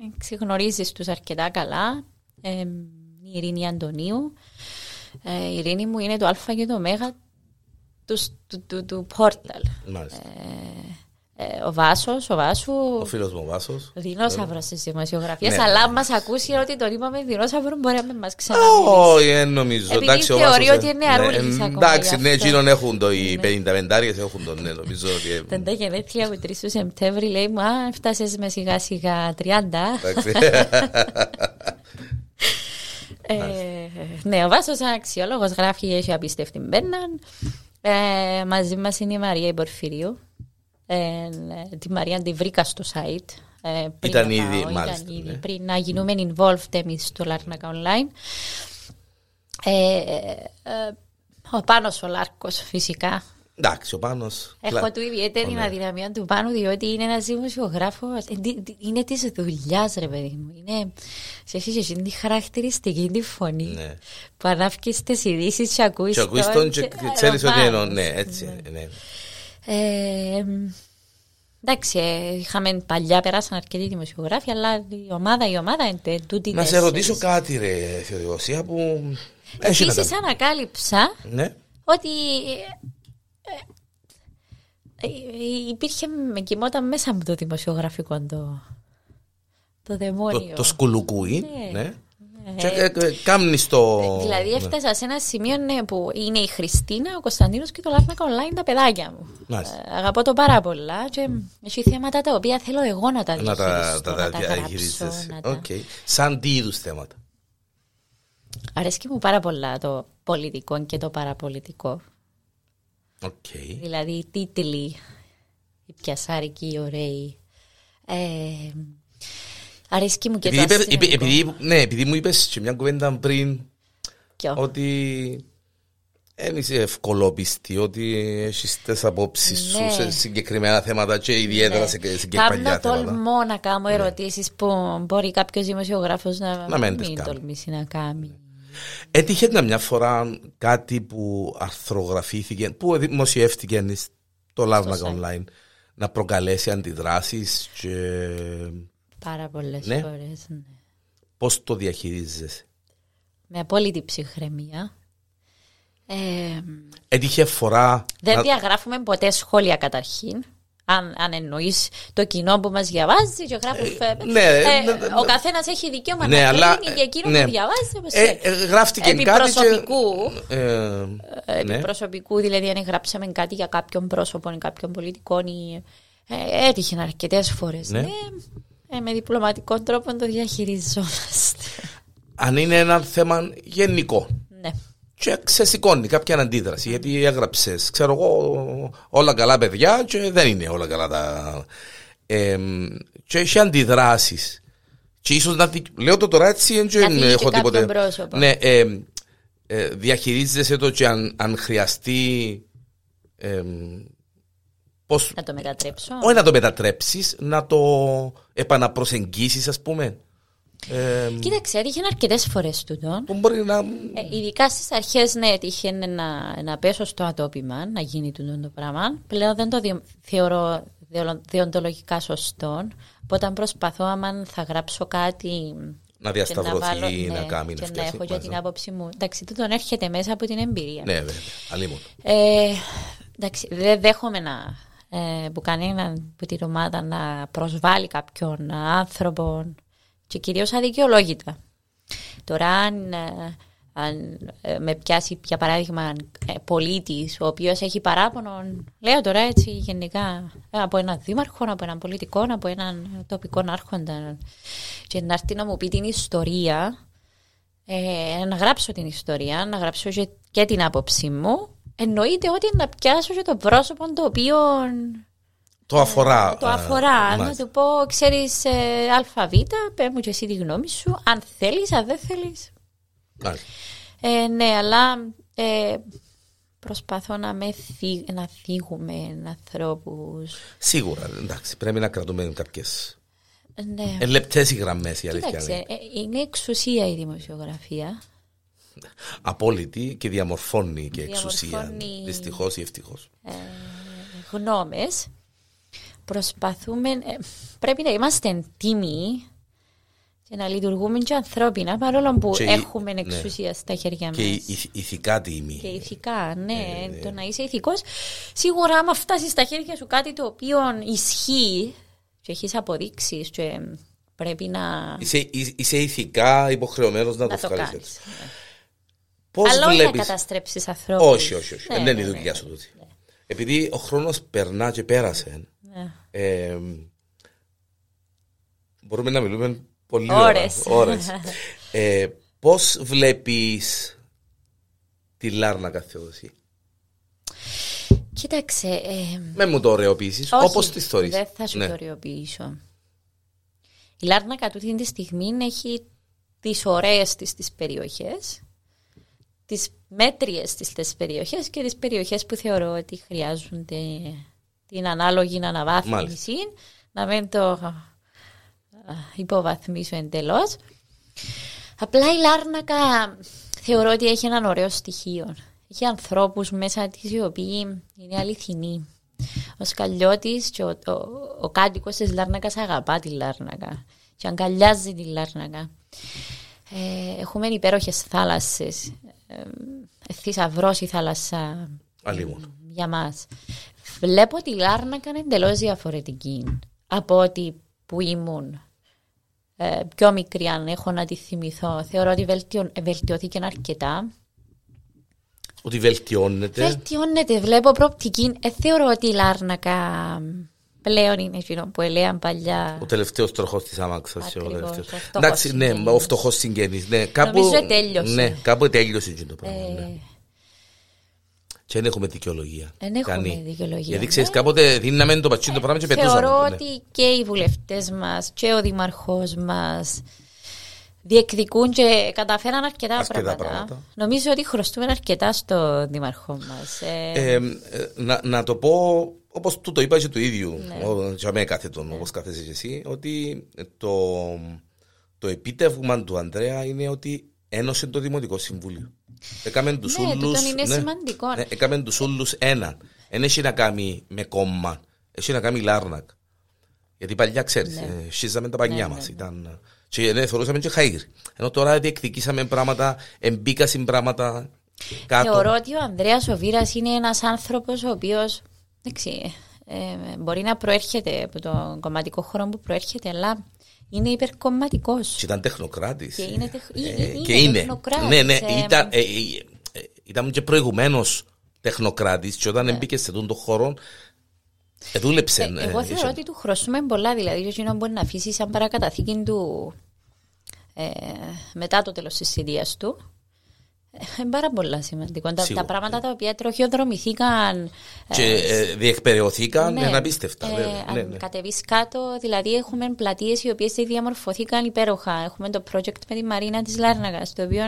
[SPEAKER 2] Ε, Ξεγνωρίζεις τους αρκετά καλά. Ε, η Ειρήνη Αντωνίου. Ε, η Ειρήνη μου είναι το α και το μέγα του, σ- του, του, του πόρταλ.
[SPEAKER 1] Μάλιστα.
[SPEAKER 2] Ε, ο Βάσος, ο Βάσου...
[SPEAKER 1] Ο φίλος μου Βάσο.
[SPEAKER 2] Ε, Δεινόσαυρο της δημοσιογραφίας,
[SPEAKER 1] Ναι.
[SPEAKER 2] αλλά μας ακούσει ότι τον είπαμε δεινόσαυρο, μπορεί να μα ξαναμιλήσει.
[SPEAKER 1] Όχι, δεν νομίζω.
[SPEAKER 2] Επειδή
[SPEAKER 1] Εντάξει, ο
[SPEAKER 2] θεωρεί
[SPEAKER 1] Βάσος,
[SPEAKER 2] ότι
[SPEAKER 1] ε,
[SPEAKER 2] είναι αρούλης
[SPEAKER 1] ναι,
[SPEAKER 2] ακόμα γι'
[SPEAKER 1] Εντάξει, ναι,
[SPEAKER 2] αυτό. Ναι.
[SPEAKER 1] εκείνον έχουν το. Οι 55 έχουν τον, ναι, νομίζω ότι. ε,
[SPEAKER 2] Ήταν τα γενέθλια μου 3 του Σεπτέμβρη, λέει μου, α, φτάσες με σιγά σιγά 30.
[SPEAKER 1] Εντάξει.
[SPEAKER 2] Ε, ναι, ο Βάσος είναι αξιόλογος, γράφει, έχει απίστευτη μπέρνα. Ε, μαζί μας είναι η Μαρία η Πορφυρίου. Ε, τη Μαρία τη βρήκα στο site. ε, πριν
[SPEAKER 1] Ήταν
[SPEAKER 2] να
[SPEAKER 1] ήδη,
[SPEAKER 2] πάω, ήταν
[SPEAKER 1] μάλιστα,
[SPEAKER 2] ήδη,
[SPEAKER 1] ναι.
[SPEAKER 2] Πριν να γινούμε involved εμείς στο Λάρνακα Online. Ε, ε, ο Πάνος ο Λάρκος φυσικά
[SPEAKER 1] Εντάξει, ο πάνω.
[SPEAKER 2] Έχω του ιδιαίτερη αδυναμία του πάνω, διότι είναι ένας δημοσιογράφο. Ε, Είναι της δουλειάς, ρε παιδί μου. Είναι σε εσύ και εκείνη τη χαρακτηριστική τη φωνή.
[SPEAKER 1] Ναι.
[SPEAKER 2] Που ανάφκεις τις ειδήσεις, και ακούει.
[SPEAKER 1] Και ακούεις τον και ξέρεις ότι εννοώ. Ναι, έτσι. ναι.
[SPEAKER 2] Ε, εντάξει, ε, είχαμε παλιά, περάσαν αρκετοί δημοσιογράφοι, αλλά η ομάδα, η ομάδα είναι τε- τούτη.
[SPEAKER 1] Να σε ρωτήσω κάτι, ρε Θεοδοσία, που. Έχει να
[SPEAKER 2] Επίση,
[SPEAKER 1] κάνει.
[SPEAKER 2] ανακάλυψα
[SPEAKER 1] Ναι.
[SPEAKER 2] ότι ε, ε, ε, υπήρχε, με κοιμόταν μέσα μου το δημοσιογραφικό το, το
[SPEAKER 1] Το-
[SPEAKER 2] δαιμόνιο.
[SPEAKER 1] Το σκουλουκούι.
[SPEAKER 2] Ναι.
[SPEAKER 1] Ναι. Και, ε, ε, Κάμνεις το.
[SPEAKER 2] δηλαδή έφτασα σε ένα σημείο ναι, που είναι η Χριστίνα, ο Κωνσταντίνος και το Λάρνακα Online τα παιδάκια μου.
[SPEAKER 1] Μάλιστα.
[SPEAKER 2] Ε, αγαπώ το πάρα πολλά και έχει θέματα τα οποία θέλω εγώ να τα
[SPEAKER 1] Να
[SPEAKER 2] διαχειριστώ,
[SPEAKER 1] τα, τα, τα
[SPEAKER 2] γράψω.
[SPEAKER 1] διαχειρίζεσαι.
[SPEAKER 2] να τα-
[SPEAKER 1] Οκ. Σαν τι είδους θέματα.
[SPEAKER 2] Αρέσκει μου πάρα πολλά το πολιτικό και το παραπολιτικό.
[SPEAKER 1] Οκ.
[SPEAKER 2] Δηλαδή οι τίτλοι, οι πιασάρικοι, οι ωραίοι. Ε, αρέσκει μου και
[SPEAKER 1] Επειδή,
[SPEAKER 2] το
[SPEAKER 1] είπε-
[SPEAKER 2] αστυνομικό.
[SPEAKER 1] είπε- επειδή- ναι, επειδή μου είπες και μια κουβέντα πριν
[SPEAKER 2] Ποιο?
[SPEAKER 1] ότι δεν είσαι ευκολόπιστη, ότι έχεις τις απόψεις
[SPEAKER 2] Ναι.
[SPEAKER 1] σου σε συγκεκριμένα θέματα και ιδιαίτερα σε σε
[SPEAKER 2] Κάμνω
[SPEAKER 1] συγκεκριμένα θέματα.
[SPEAKER 2] τολμώ να κάνω ερωτήσεις που μπορεί κάποιος δημοσιογράφος να,
[SPEAKER 1] Ναι. Να μην τις Ναι.
[SPEAKER 2] μην
[SPEAKER 1] κάνει.
[SPEAKER 2] τολμήσει να κάνει.
[SPEAKER 1] Έτυχε να μια φορά κάτι που αρθρογραφήθηκε, που δημοσιεύτηκε στο Λάρνακα Online, να προκαλέσει αντιδράσεις και
[SPEAKER 2] Πάρα πολλές
[SPEAKER 1] Ναι.
[SPEAKER 2] φορές. ναι.
[SPEAKER 1] πώς το διαχειρίζεσαι.
[SPEAKER 2] Με απόλυτη ψυχραιμία. Ε,
[SPEAKER 1] Έτυχε φορά
[SPEAKER 2] δεν
[SPEAKER 1] να-
[SPEAKER 2] διαγράφουμε ποτέ σχόλια καταρχήν. αν, αν εννοείς το κοινό που μας διαβάζει, γεωγράφου Φέμπερ.
[SPEAKER 1] ναι, ναι, ναι,
[SPEAKER 2] Ε, ο καθένας έχει δικαίωμα
[SPEAKER 1] Ναι,
[SPEAKER 2] να
[SPEAKER 1] αλλά,
[SPEAKER 2] κρίνει για εκείνο
[SPEAKER 1] ναι.
[SPEAKER 2] που διαβάζει. όπως
[SPEAKER 1] Ε,
[SPEAKER 2] θέλει.
[SPEAKER 1] ε, γράφτηκε
[SPEAKER 2] Επί
[SPEAKER 1] κάτι.
[SPEAKER 2] προσωπικού.
[SPEAKER 1] Και, ε,
[SPEAKER 2] Ε, επί
[SPEAKER 1] ναι.
[SPEAKER 2] προσωπικού, δηλαδή αν γράψαμε κάτι για κάποιον πρόσωπο ή κάποιον πολιτικό. Ή, ε, έτυχε αρκετές φορές.
[SPEAKER 1] Ναι.
[SPEAKER 2] Ε, με διπλωματικό τρόπο το διαχειριζόμαστε.
[SPEAKER 1] Αν είναι ένα θέμα γενικό.
[SPEAKER 2] ναι.
[SPEAKER 1] και ξεσηκώνει κάποια αντίδραση. Γιατί έγραψες, ξέρω εγώ, όλα καλά παιδιά, και δεν είναι όλα καλά τα. Εμ, και έχει αντιδράσεις. Και ίσως να. δι- Λέω το τώρα έτσι, δεν
[SPEAKER 2] Να φύγει και
[SPEAKER 1] έχω
[SPEAKER 2] κάποιον
[SPEAKER 1] τίποτε.
[SPEAKER 2] πρόσωπο.
[SPEAKER 1] Ναι, εμ, ε, διαχειρίζεσαι το και αν, αν χρειαστεί. εμ, πώς,
[SPEAKER 2] Να το μετατρέψω.
[SPEAKER 1] όχι να το μετατρέψεις, να το επαναπροσεγγίσεις ας πούμε. Εμ,
[SPEAKER 2] Κοίταξε, έτυχε αρκετές φορές τούτον.
[SPEAKER 1] που μπορεί να...
[SPEAKER 2] Ε, ειδικά στις αρχές, ναι, έτυχε να, να πέσω στο ατόπιμα, να γίνει τούτο το πράγμα. Πλέον δεν το διο- θεωρώ δεολο- δεοντολογικά σωστό. Όταν προσπαθώ, άμα θα γράψω κάτι.
[SPEAKER 1] να
[SPEAKER 2] και να
[SPEAKER 1] διασταυρωθεί
[SPEAKER 2] βάλω-
[SPEAKER 1] ή Ε, να
[SPEAKER 2] ναι,
[SPEAKER 1] κάνει.
[SPEAKER 2] και να
[SPEAKER 1] φτιάξει,
[SPEAKER 2] έχω για
[SPEAKER 1] μάλιστα.
[SPEAKER 2] την άποψή μου. Εντάξει, τούτον έρχεται μέσα από την εμπειρία.
[SPEAKER 1] Ναι, βέβαια. Αλλήμον.
[SPEAKER 2] Ε, εντάξει, δεν δέχομαι να, ε, που κανέναν που την ομάδα να προσβάλλει κάποιον άνθρωπο και κυρίως αδικαιολόγητα. Τώρα αν, ε, αν ε, με πιάσει για παράδειγμα ε, πολίτης ο οποίος έχει παράπονο, λέω τώρα έτσι γενικά ε, από έναν δήμαρχο, από έναν πολιτικό, από έναν τοπικό άρχοντα και να έρθει να μου πει την ιστορία ε, να γράψω την ιστορία, να γράψω και, και την άποψή μου, εννοείται ότι να πιάσω και το πρόσωπο το οποίο
[SPEAKER 1] Το αφορά.
[SPEAKER 2] το
[SPEAKER 1] ε,
[SPEAKER 2] αφορά. να
[SPEAKER 1] μάλιστα.
[SPEAKER 2] του πω, ξέρεις, ε, αβ, πέ μου και εσύ τη γνώμη σου, αν θέλεις, αν δεν θέλεις.
[SPEAKER 1] Μάλιστα.
[SPEAKER 2] Ε, ναι, αλλά ε, προσπαθώ να, με θύ, να θίγουμε ανθρώπους.
[SPEAKER 1] Σίγουρα, εντάξει, πρέπει να κρατούμε κάποιες
[SPEAKER 2] Ναι.
[SPEAKER 1] λεπτές οι γραμμές η Ε, αλήθεια.
[SPEAKER 2] Κοίταξε,
[SPEAKER 1] Είναι.
[SPEAKER 2] ε, είναι εξουσία η δημοσιογραφία.
[SPEAKER 1] Απόλυτη και διαμορφώνει και εξουσία.
[SPEAKER 2] Διαμορφώνει.
[SPEAKER 1] Δυστυχώς ή ευτυχώς.
[SPEAKER 2] ε, γνώμες προσπαθούμε, ε, πρέπει να είμαστε τίμοι και να λειτουργούμε και ανθρώπινα παρόλο που
[SPEAKER 1] Και η-
[SPEAKER 2] έχουμε
[SPEAKER 1] ναι.
[SPEAKER 2] εξουσία στα χέρια μας.
[SPEAKER 1] Και η- Ε, η- ηθικά τιμή.
[SPEAKER 2] Και ηθικά, ναι, το να είσαι ηθικός. Σίγουρα άμα φτάσεις στα χέρια σου κάτι το οποίο ισχύει και έχεις αποδείξεις και πρέπει να,
[SPEAKER 1] Είσαι, εί- είσαι ηθικά υποχρεωμένος να,
[SPEAKER 2] να
[SPEAKER 1] το
[SPEAKER 2] το
[SPEAKER 1] βγάλεις.
[SPEAKER 2] κάνεις.
[SPEAKER 1] Πώς
[SPEAKER 2] Αλλά όχι να
[SPEAKER 1] βλέπεις.
[SPEAKER 2] καταστρέψεις ανθρώπους.
[SPEAKER 1] Όχι, όχι, όχι. Ε, δεν
[SPEAKER 2] Ναι, ναι,
[SPEAKER 1] είναι η
[SPEAKER 2] ναι.
[SPEAKER 1] δουλειά σου τούτη. Επειδή ο χρόνος περνά και πέρασε.
[SPEAKER 2] Ναι.
[SPEAKER 1] ε, μπορούμε να μιλούμε πολύ
[SPEAKER 2] Ώρες.
[SPEAKER 1] ώρα, ώρες. ε, πώς βλέπεις τη Λάρνακα Θεοδοσία.
[SPEAKER 2] Κοίταξε, ε,
[SPEAKER 1] Με μου το ωραιοποιήσεις,
[SPEAKER 2] Όχι,
[SPEAKER 1] όπως τη θεωρείς.
[SPEAKER 2] Δεν θα σου
[SPEAKER 1] Ναι.
[SPEAKER 2] το οριοποιήσω. Η Λάρνακα τούτη τη στιγμή έχει τις ωραίες της τις περιοχές, τις μέτριες τη τι περιοχές και τις περιοχές που θεωρώ ότι χρειάζονται την ανάλογη αναβάθμιση.
[SPEAKER 1] Μάλιστα.
[SPEAKER 2] Να μην το α, υποβαθμίσω εντελώς. Απλά η Λάρνακα θεωρώ ότι έχει έναν ωραίο στοιχείο. Έχει ανθρώπους μέσα της οι οποίοι είναι αληθινοί. Ο Σκαλιώτης και ο, ο, ο κάτοικος της Λάρνακας αγαπά τη Λάρνακα και αγκαλιάζει τη Λάρνακα. Ε, έχουμε υπέροχες θάλασσες. Ε, Θησαυρό η θάλασσα
[SPEAKER 1] Αλλήμον.
[SPEAKER 2] για μας. Βλέπω τη Λάρνακα είναι εντελώς διαφορετική από ό,τι που ήμουν ε, πιο μικρή, αν έχω να τη θυμηθώ. Θεωρώ ότι βελτιω, βελτιωθήκε αρκετά.
[SPEAKER 1] Ότι βελτιώνεται.
[SPEAKER 2] Βελτιώνεται, βλέπω προοπτική. Ε, θεωρώ ότι η Λάρνακα πλέον είναι εκείνο που έλεγαν παλιά.
[SPEAKER 1] Ο τελευταίος τροχός της άμαξας. Ο
[SPEAKER 2] Ακριβώς,
[SPEAKER 1] τελευταίος.
[SPEAKER 2] ο φτωχός
[SPEAKER 1] Εντάξει, ναι,
[SPEAKER 2] συγγενής.
[SPEAKER 1] ο φτωχός συγγενής. Ναι, κάπου,
[SPEAKER 2] Νομίζω τέλειωσε.
[SPEAKER 1] Ναι, κάπου τέλειωσε εκείνο το πράγμα.
[SPEAKER 2] Ε,
[SPEAKER 1] ναι. Και δεν έχουμε δικαιολογία.
[SPEAKER 2] Δεν έχουμε
[SPEAKER 1] Κανεί.
[SPEAKER 2] δικαιολογία,
[SPEAKER 1] Γιατί
[SPEAKER 2] ναι. Ε,
[SPEAKER 1] ξέρεις, κάποτε δίναμε το πατσίνο το πράγμα και πετούσαμε.
[SPEAKER 2] Θεωρώ
[SPEAKER 1] το, ναι.
[SPEAKER 2] ότι και οι βουλευτές μας και ο δημαρχός μας διεκδικούν και καταφέραν αρκετά,
[SPEAKER 1] Αρκετά
[SPEAKER 2] πράγματα.
[SPEAKER 1] πράγματα.
[SPEAKER 2] Νομίζω ότι χρωστούμε αρκετά στο δημαρχό μας.
[SPEAKER 1] Ε, ε, να, να το πω όπως του το είπα και του ίδιου
[SPEAKER 2] Ναι.
[SPEAKER 1] ο- για μένα κάθετον όπως κάθεσαι και εσύ ότι το, το επίτευγμα του Ανδρέα είναι ότι ένωσε το Δημοτικό Συμβούλιο. Έκαμε τους
[SPEAKER 2] Ναι, τούτον
[SPEAKER 1] ούλους-
[SPEAKER 2] είναι σημαντικό.
[SPEAKER 1] Ναι, έκαμε τους ούλους έναν. Δεν έχει να κάνει με κόμμα. Έχει να κάνει Λάρνακ. Γιατί παλιά ξέρεις, ναι. τα πανιά μας.
[SPEAKER 2] ναι,
[SPEAKER 1] Ήταν... Και ναι, θεωρούσαμε και χαΐρι. Ενώ τώρα διεκδικήσαμε πράγματα, εμπίκα πράγματα κάτω.
[SPEAKER 2] Θεωρώ ότι ο Ανδρέας ο Βίρας είναι ένας άνθρωπος ο οποίος εντάξει, ε, μπορεί να προέρχεται από τον κομματικό χώρο που προέρχεται, αλλά είναι υπερκομματικός.
[SPEAKER 1] Και ήταν τεχνοκράτης.
[SPEAKER 2] Και είναι τεχ-
[SPEAKER 1] Ε,
[SPEAKER 2] ε, είναι
[SPEAKER 1] και είναι.
[SPEAKER 2] τεχνοκράτης,
[SPEAKER 1] Ναι, ναι,
[SPEAKER 2] ε,
[SPEAKER 1] ήταν, ε, ε, ε, ήταν και προηγουμένως τεχνοκράτης. Και
[SPEAKER 2] Ναι.
[SPEAKER 1] όταν μπήκε σε τον χώρο, ε, δούλεψε. ε,
[SPEAKER 2] εγώ θεωρώ
[SPEAKER 1] είχε-
[SPEAKER 2] ότι του χρωστούμε πολλά. Δηλαδή, ο Τζίνο μπορεί να αφήσει σαν παρακαταθήκη του ε, μετά το τέλος της θητείας του. Ε, Είναι πάρα πολλά σημαντικό. Τα,
[SPEAKER 1] Σίγουρα.
[SPEAKER 2] τα πράγματα τα οποία τροχιοδρομηθήκαν. ε,
[SPEAKER 1] Και ε, διεκπαιρεωθήκαν,
[SPEAKER 2] ναι,
[SPEAKER 1] είναι απίστευτα.
[SPEAKER 2] ε,
[SPEAKER 1] βέβαια, ναι,
[SPEAKER 2] αν
[SPEAKER 1] ναι.
[SPEAKER 2] κατεβείς κάτω, δηλαδή έχουμε πλατείες οι οποίες διαμορφωθήκαν υπέροχα. Έχουμε το project με τη Μαρίνα της Λάρναγας, το οποίο.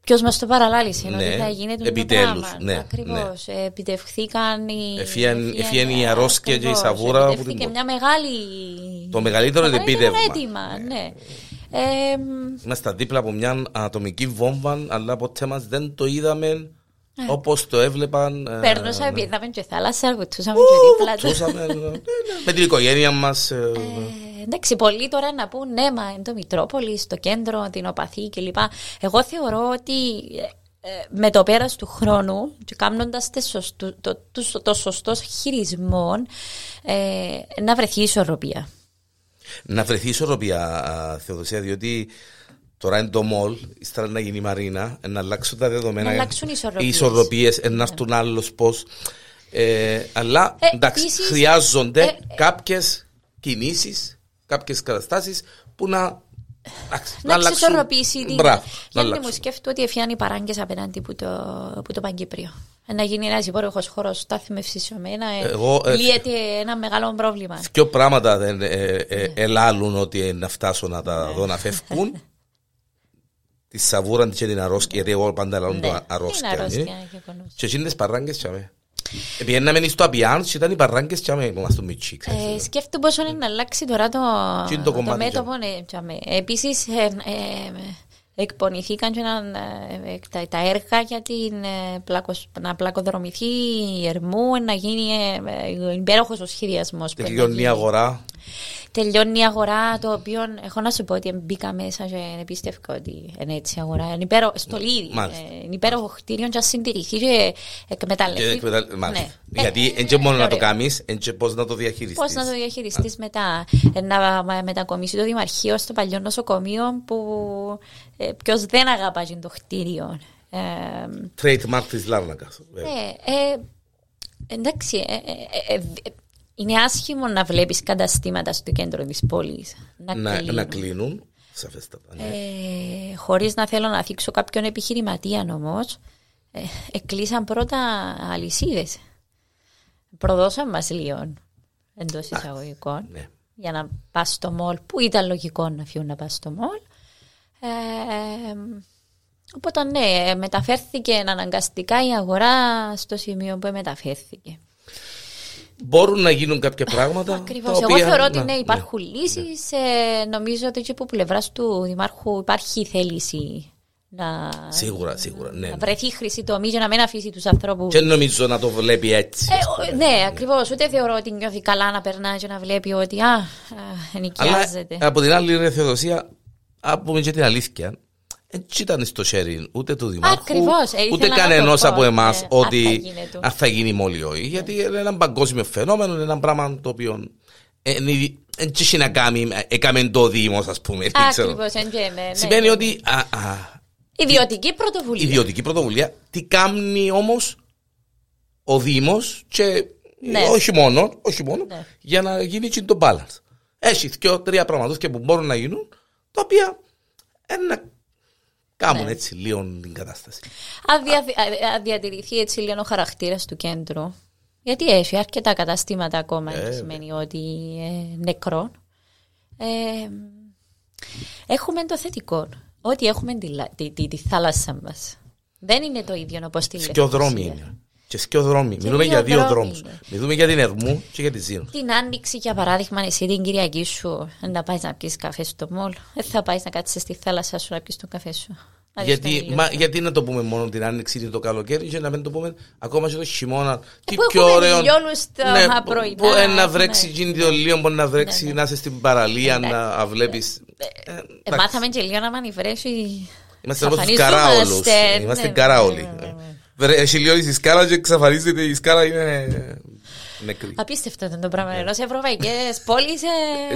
[SPEAKER 2] Ποιος μας το παραλάλησε,
[SPEAKER 1] Ναι,
[SPEAKER 2] ότι θα γίνεται το
[SPEAKER 1] επιτέλους,
[SPEAKER 2] πράγμα.
[SPEAKER 1] ναι,
[SPEAKER 2] Ακριβώς. Ε, επιτευχθήκαν οι.
[SPEAKER 1] Εφύγαν-
[SPEAKER 2] εφύγαν-
[SPEAKER 1] εφύγαν η αρρώστια και η
[SPEAKER 2] ακριβώς.
[SPEAKER 1] σαβούρα από την
[SPEAKER 2] Επιτεύχθηκε
[SPEAKER 1] πόλη.
[SPEAKER 2] μια μεγάλη.
[SPEAKER 1] Το μεγαλύτερο
[SPEAKER 2] μεγαλύτερο
[SPEAKER 1] επίτευγμα.
[SPEAKER 2] αίτημα, ναι. Ε, μ,
[SPEAKER 1] Είμαστε δίπλα από μια ατομική βόμβα, αλλά ποτέ μα δεν το είδαμε
[SPEAKER 2] Ε.
[SPEAKER 1] όπως το έβλεπαν. ε,
[SPEAKER 2] Περνούσαμε, πήγαμε και θάλασσα, βουτούσαμε και δίπλα του.
[SPEAKER 1] βουτούσαμε, ναι, ναι, με την οικογένεια μας.
[SPEAKER 2] Ε, εντάξει, πολλοί τώρα να πούν ναι, μα είναι το Μητρόπολη, το κέντρο, την Οπαθή κλπ. Εγώ θεωρώ ότι ε, ε, με το πέρας του χρόνου και κάνοντας τε σωστού- το, το, το σωστός χειρισμό ε, να βρεθεί ισορροπία.
[SPEAKER 1] Να βρεθεί ισορροπία, α, Θεοδοσία, διότι τώρα είναι το μολ, ύστερα να γίνει η Μαρίνα, ε, να αλλάξουν τα δεδομένα.
[SPEAKER 2] Να αλλάξουν οι ισορροπίες. Ναι.
[SPEAKER 1] Οι ισορροπίες, ε, να έρθουν άλλο πώ. αλλά
[SPEAKER 2] Ε,
[SPEAKER 1] εντάξει,
[SPEAKER 2] επίσης,
[SPEAKER 1] χρειάζονται
[SPEAKER 2] ε,
[SPEAKER 1] κάποιες κινήσεις, κάποιες καταστάσεις που να. εντάξει,
[SPEAKER 2] Να, ξεσορροπήσει την.
[SPEAKER 1] Μπράβο, να
[SPEAKER 2] Γιατί μου
[SPEAKER 1] αλλάξουν.
[SPEAKER 2] σκέφτομαι ότι εφιάνει οι παράγκες απέναντι που το, που το Παγκύπριο. Να γίνει ένας υπόρροχος χώρος στάθμευση σε μένα. ε,
[SPEAKER 1] Εγώ, ε,
[SPEAKER 2] λύεται ένα μεγάλο πρόβλημα.
[SPEAKER 1] Ποιο πράγματα δεν ε, ε,
[SPEAKER 2] Ναι.
[SPEAKER 1] ε, ελάλουν ότι ε, να φτάσω να τα δω να φεύγουν. Τη σαβούρα και την αρρώσκια, γιατί εγώ πάντα ελάλουν
[SPEAKER 2] Ναι.
[SPEAKER 1] το
[SPEAKER 2] Είναι
[SPEAKER 1] αρρώσκια. ε.
[SPEAKER 2] αρρώστια, γεγονός.
[SPEAKER 1] Και εκείνες παράγκες τσάμε. Επιέναμε στο Απιάν και ήταν οι παράγκες τσάμε που είμαστε μητσί. ξέρεις.
[SPEAKER 2] Ε, σκέφτομαι πόσο είναι να αλλάξει τώρα το,
[SPEAKER 1] Τι είναι το κομμάτι,
[SPEAKER 2] μέτωπο. ναι, Επίσης, ε, εκπονηθήκαν και έναν, ε, ε, τα, τα έργα για την, ε, πλακος- να πλακοδρομηθεί η Ερμού, να γίνει υπέροχος ο σχεδιασμός.
[SPEAKER 1] Τελειώνει η αγορά.
[SPEAKER 2] Τελειώνει η αγορά, το οποίο έχω να σου πω ότι μπήκα μέσα και δεν πίστευκα ότι είναι έτσι η αγορά. Είναι υπέρο, στο Λίδι.
[SPEAKER 1] Ναι, Μάλιστα.
[SPEAKER 2] ε, Είναι υπέροχο κτίριο, και ας συντηρηθεί και εκμεταλλευτεί.
[SPEAKER 1] Και εκμεταλλ- μάλιστα.
[SPEAKER 2] ε, Ναι.
[SPEAKER 1] Γιατί
[SPEAKER 2] Ε,
[SPEAKER 1] δεν και μόνο να το
[SPEAKER 2] ωραίο.
[SPEAKER 1] κάνεις, δεν και πώς να το διαχειριστείς.
[SPEAKER 2] Πώς να το διαχειριστείς μετά, ε, να μα- μετακομίσει το Δημαρχείο στο παλιό νοσοκομείο που ποιος δεν αγαπάει το κτίριο. Ε,
[SPEAKER 1] Trademark της Λάρνακας. βέβαια.
[SPEAKER 2] ναι, ε, εντάξει, ε, ε, ε, ε, είναι άσχημο να βλέπεις καταστήματα στο κέντρο της πόλης να,
[SPEAKER 1] Να-
[SPEAKER 2] κλείνουν.
[SPEAKER 1] Να κλείνουν. Σαφέστατα. ναι.
[SPEAKER 2] Ε, χωρίς να θέλω να θίξω κάποιον επιχειρηματία όμως, ε, εκλείσαν πρώτα αλυσίδες. Προδώσαν μας λίγο εντός εισαγωγικών
[SPEAKER 1] Ναι.
[SPEAKER 2] για να πας στο μολ, που ήταν λογικό να φύγουν να πας στο μολ. Ε, οπότε ναι, μεταφέρθηκε αναγκαστικά η αγορά στο σημείο που μεταφέρθηκε.
[SPEAKER 1] Μπορούν να γίνουν κάποια πράγματα.
[SPEAKER 2] Ακριβώ.
[SPEAKER 1] τα
[SPEAKER 2] Εγώ
[SPEAKER 1] οποία-
[SPEAKER 2] θεωρώ ότι
[SPEAKER 1] να-
[SPEAKER 2] ναι, υπάρχουν λύσει. νομίζω ότι και από πλευράς του Δημάρχου υπάρχει θέληση να,
[SPEAKER 1] Σίγουρα, σίγουρα. Ναι.
[SPEAKER 2] να βρεθεί χρυσή τομή για να μην αφήσει τους ανθρώπους.
[SPEAKER 1] Και νομίζω να το βλέπει έτσι. ας πούμε.
[SPEAKER 2] Ε, ο- ναι, ακριβώς. Ούτε θεωρώ ότι νιώθει καλά να περνάει και να βλέπει ότι α, α,
[SPEAKER 1] Αλλά ε,
[SPEAKER 2] νοικιάζεται.
[SPEAKER 1] από την άλλη ρε Θεοδοσία, να πούμε και την αλήθεια, δεν ήταν στο sharing ούτε του Δημάρχου,
[SPEAKER 2] Ακριβώς, ε,
[SPEAKER 1] ούτε
[SPEAKER 2] ήθελα να το
[SPEAKER 1] κανένα
[SPEAKER 2] πω,
[SPEAKER 1] από
[SPEAKER 2] ναι,
[SPEAKER 1] εμά
[SPEAKER 2] αν θα
[SPEAKER 1] ότι
[SPEAKER 2] γίνει Ναι. του.
[SPEAKER 1] αν θα γίνει μόλι όχι. Γιατί είναι ένα παγκόσμιο φαινόμενο, είναι ένα πράγμα το οποίο δεν έχει να κάνει, ε, έκαμε το Δήμος, ας πούμε. δεν ξέρω.
[SPEAKER 2] Ακριβώς, ναι.
[SPEAKER 1] Σημαίνει ότι α, α,
[SPEAKER 2] Ιδιωτική πρωτοβουλία.
[SPEAKER 1] ιδιωτική πρωτοβουλία, τι κάνει όμως ο Δήμος και
[SPEAKER 2] Ναι.
[SPEAKER 1] όχι μόνο, όχι μόνο
[SPEAKER 2] Ναι.
[SPEAKER 1] για να γίνει και το balance. Έχει δυο, τρία πράγματα και που μπορούν να γίνουν, τα οποία ε, να κάνουν
[SPEAKER 2] Ναι.
[SPEAKER 1] έτσι λίγο την κατάσταση.
[SPEAKER 2] Αν δια- α- αν διατηρηθεί έτσι λίγο ο χαρακτήρας του κέντρου. Γιατί έχει αρκετά καταστήματα ακόμα,
[SPEAKER 1] Ε,
[SPEAKER 2] ε, σημαίνει ότι ε, νεκρό. Ε, έχουμε το θετικό. Ότι έχουμε τη, λα- τη, τη, τη θάλασσα μας. Δεν είναι το ίδιο όπως τη
[SPEAKER 1] Σκιο δρόμοι
[SPEAKER 2] Λευκοσία.
[SPEAKER 1] είναι. Και σκιο δρόμοι. Μιλούμε
[SPEAKER 2] δύο
[SPEAKER 1] για δύο
[SPEAKER 2] δρόμοι
[SPEAKER 1] δρόμου.
[SPEAKER 2] ε. είναι.
[SPEAKER 1] Μιλούμε για την Ερμού και για τη Ζήνο.
[SPEAKER 2] Την άνοιξη, για παράδειγμα, εσύ την Κυριακή σου να πάεις να πιεις καφέ στο μόλ. Δεν θα πάεις να κάτσεις στη θάλασσα σου να πιεις τον καφέ σου. Να δεις τον
[SPEAKER 1] Γιατί,
[SPEAKER 2] ήλιο.
[SPEAKER 1] μα, γιατί να το πούμε μόνο την άνοιξη ή το καλοκαίρι και να μην το πούμε ακόμα και το χειμώνα. Τι
[SPEAKER 2] Ε, που
[SPEAKER 1] πιο
[SPEAKER 2] έχουμε
[SPEAKER 1] ωραίο.
[SPEAKER 2] ηλιόλους τα
[SPEAKER 1] ναι,
[SPEAKER 2] πρωινά,
[SPEAKER 1] που, ε, να
[SPEAKER 2] ναι.
[SPEAKER 1] βρέξει γίνει το λίγο, μπορεί να βρέξει, να είσαι στην παραλία, να βλέπεις.
[SPEAKER 2] Ε, μάθαμε και λίγο να μανιβρέσει.
[SPEAKER 1] Είμαστε όπως τους
[SPEAKER 2] Εξαφανίζομαστε,
[SPEAKER 1] καράολους.
[SPEAKER 2] ναι,
[SPEAKER 1] Είμαστε
[SPEAKER 2] ναι,
[SPEAKER 1] καράολοι.
[SPEAKER 2] ναι, ναι, ναι.
[SPEAKER 1] Βρε, Έχει λιώνει η σκάλα και εξαφανίζεται η σκάλα είναι Νεκροί.
[SPEAKER 2] Απίστευτο ήταν το πράγμα. Ενώ σε ευρωπαϊκέ πόλει.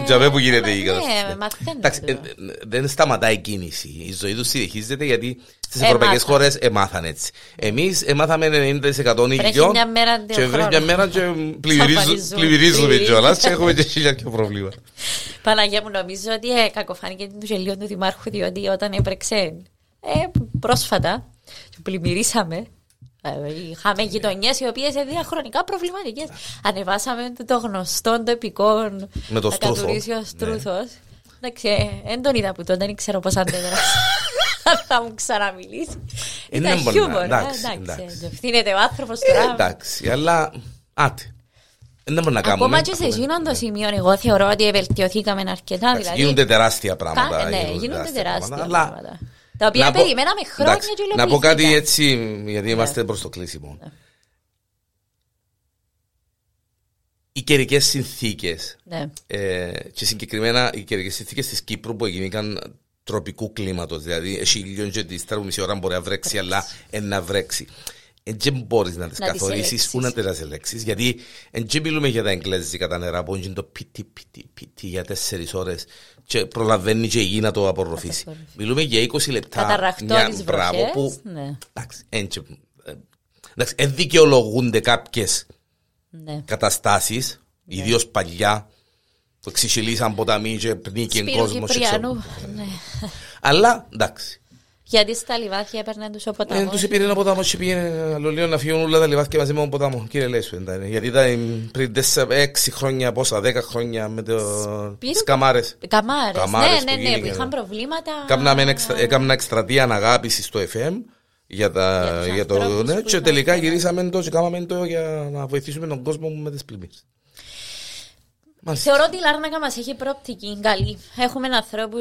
[SPEAKER 1] Τζαμέ Ναι. που γίνεται η κατάσταση.
[SPEAKER 2] ε, Ναι, μαθαίνω.
[SPEAKER 1] Εντάξει,
[SPEAKER 2] το.
[SPEAKER 1] ε, ε, δεν σταματάει η κίνηση. Η ζωή τους συνεχίζεται γιατί στις
[SPEAKER 2] Ε,
[SPEAKER 1] ευρωπαϊκές
[SPEAKER 2] μάθα.
[SPEAKER 1] χώρες εμάθαν έτσι. Εμείς εμάθαμε 90% νοικιών.
[SPEAKER 2] μια μέρα, δύο
[SPEAKER 1] και βρέχει
[SPEAKER 2] χρόνια.
[SPEAKER 1] μια μέρα και πλημμυρίζ-
[SPEAKER 2] Σαπανίζουμε.
[SPEAKER 1] πλημμυρίζουμε
[SPEAKER 2] Πλημμυρίζουμε.
[SPEAKER 1] κιόλας και έχουμε και χίλια και προβλήματα.
[SPEAKER 2] Παναγία μου, νομίζω ότι ε, κακοφάνηκε του γελίου του Δημάρχου, διότι όταν έπρεξε ε, πρόσφατα, του πλημμυρίσαμε. Ε,
[SPEAKER 1] Ναι.
[SPEAKER 2] Είχαμε γειτονιές οι οποίες είναι διαχρονικά προβληματικές. Ανεβάσαμε το, το γνωστό τοπικό
[SPEAKER 1] Με το στρούθο.
[SPEAKER 2] ακατουρίσιο
[SPEAKER 1] Ναι.
[SPEAKER 2] στρούθος. Εντάξει, ε, δεν τον είδα που τότε, δεν ξέρω πώ αντέδρασε. θα μου ξαναμιλήσει.
[SPEAKER 1] Ε,
[SPEAKER 2] Ήταν
[SPEAKER 1] ναι, μπορεί να-
[SPEAKER 2] χιούμορ. ε,
[SPEAKER 1] εντάξει, εντάξει.
[SPEAKER 2] Εντάξει. Ευθύνεται ο άνθρωπος
[SPEAKER 1] Ε,
[SPEAKER 2] τώρα.
[SPEAKER 1] Εντάξει, αλλά άτε. Δεν μπορούμε να κάνουμε.
[SPEAKER 2] Ακόμα και σε εκείνον το σημείο, εγώ θεωρώ ότι ευελτιωθήκαμε αρκετά.
[SPEAKER 1] Εντάξει,
[SPEAKER 2] Δηλαδή,
[SPEAKER 1] Γίνονται τεράστια πράγματα.
[SPEAKER 2] Κα- Ναι, γίνονται τεράστια
[SPEAKER 1] αλλά
[SPEAKER 2] πράγματα. Τα οποία
[SPEAKER 1] να πω-
[SPEAKER 2] περιμέναμε χρόνια
[SPEAKER 1] εντάξει,
[SPEAKER 2] και
[SPEAKER 1] Να πω
[SPEAKER 2] υλοποιήθηκαν. Ναι.
[SPEAKER 1] κάτι έτσι, γιατί είμαστε προς το κλείσιμο. Οι καιρικές συνθήκες
[SPEAKER 2] Ναι.
[SPEAKER 1] ε, και συγκεκριμένα οι καιρικές συνθήκες της Κύπρου που γίνηκαν τροπικού κλίματος. Δηλαδή, έχει ήλιο και τη στραβού μισή ώρα μπορεί να βρέξει, αλλά ε, να βρέξει. Ε, δεν μπορείς να τις
[SPEAKER 2] Να τις
[SPEAKER 1] καθορίσεις
[SPEAKER 2] ελέγξεις.
[SPEAKER 1] ούτε να τις ελέξει, γιατί εν τζι μιλούμε για τα εγγλέζικα τα νερά που είναι το πίτι, πίτι, πίτι για τέσσερις ώρες και προλαβαίνει και η γη να το απορροφήσει.
[SPEAKER 2] απορροφήσει.
[SPEAKER 1] Μιλούμε για 20 λεπτά.
[SPEAKER 2] Καταρρακτό
[SPEAKER 1] μια-
[SPEAKER 2] τις
[SPEAKER 1] μπράβο,
[SPEAKER 2] βροχές,
[SPEAKER 1] που-
[SPEAKER 2] ναι.
[SPEAKER 1] Εντάξει, εν τζι- ε, εντάξει, εν δικαιολογούνται κάποιες
[SPEAKER 2] ναι.
[SPEAKER 1] καταστάσεις, ιδίως παλιά, που εξισυλίσαν ποταμί και πνίγηκε
[SPEAKER 2] Σπύρου
[SPEAKER 1] κόσμος.
[SPEAKER 2] Κυπριανού. ναι.
[SPEAKER 1] Αλλά εντάξει.
[SPEAKER 2] Γιατί στα λιβάδια έπαιρνε τους ο
[SPEAKER 1] Ε,
[SPEAKER 2] ποταμό.
[SPEAKER 1] Τους πήρε ένα ποταμό και πήγαινε αλλολίων να φύγουν όλα τα λιβάδια μαζί με τον ποταμό. Κύριε Λέσου, ήταν. Γιατί ήταν πριν 6 χρόνια, πόσα, 10 χρόνια με το...
[SPEAKER 2] Σπύρου-
[SPEAKER 1] τι καμάρες.
[SPEAKER 2] Καμάρες.
[SPEAKER 1] Καμάρες που
[SPEAKER 2] Ναι, ναι, ναι, που
[SPEAKER 1] γίνηκαν.
[SPEAKER 2] είχαν προβλήματα.
[SPEAKER 1] Έκανα εκστρατεία αναγάπησης στο FM για, τα,
[SPEAKER 2] Για τους
[SPEAKER 1] για το.
[SPEAKER 2] ανθρώπους
[SPEAKER 1] Ναι,
[SPEAKER 2] που
[SPEAKER 1] και
[SPEAKER 2] είχαν
[SPEAKER 1] τελικά
[SPEAKER 2] πέρα.
[SPEAKER 1] γυρίσαμε το και κάναμε το για να βοηθήσουμε τον κόσμο με τις πλημμύρες. Μάλιστα.
[SPEAKER 2] Θεωρώ ότι η Λάρνακα μας έχει προοπτική καλή. Έχουμε ανθρώπους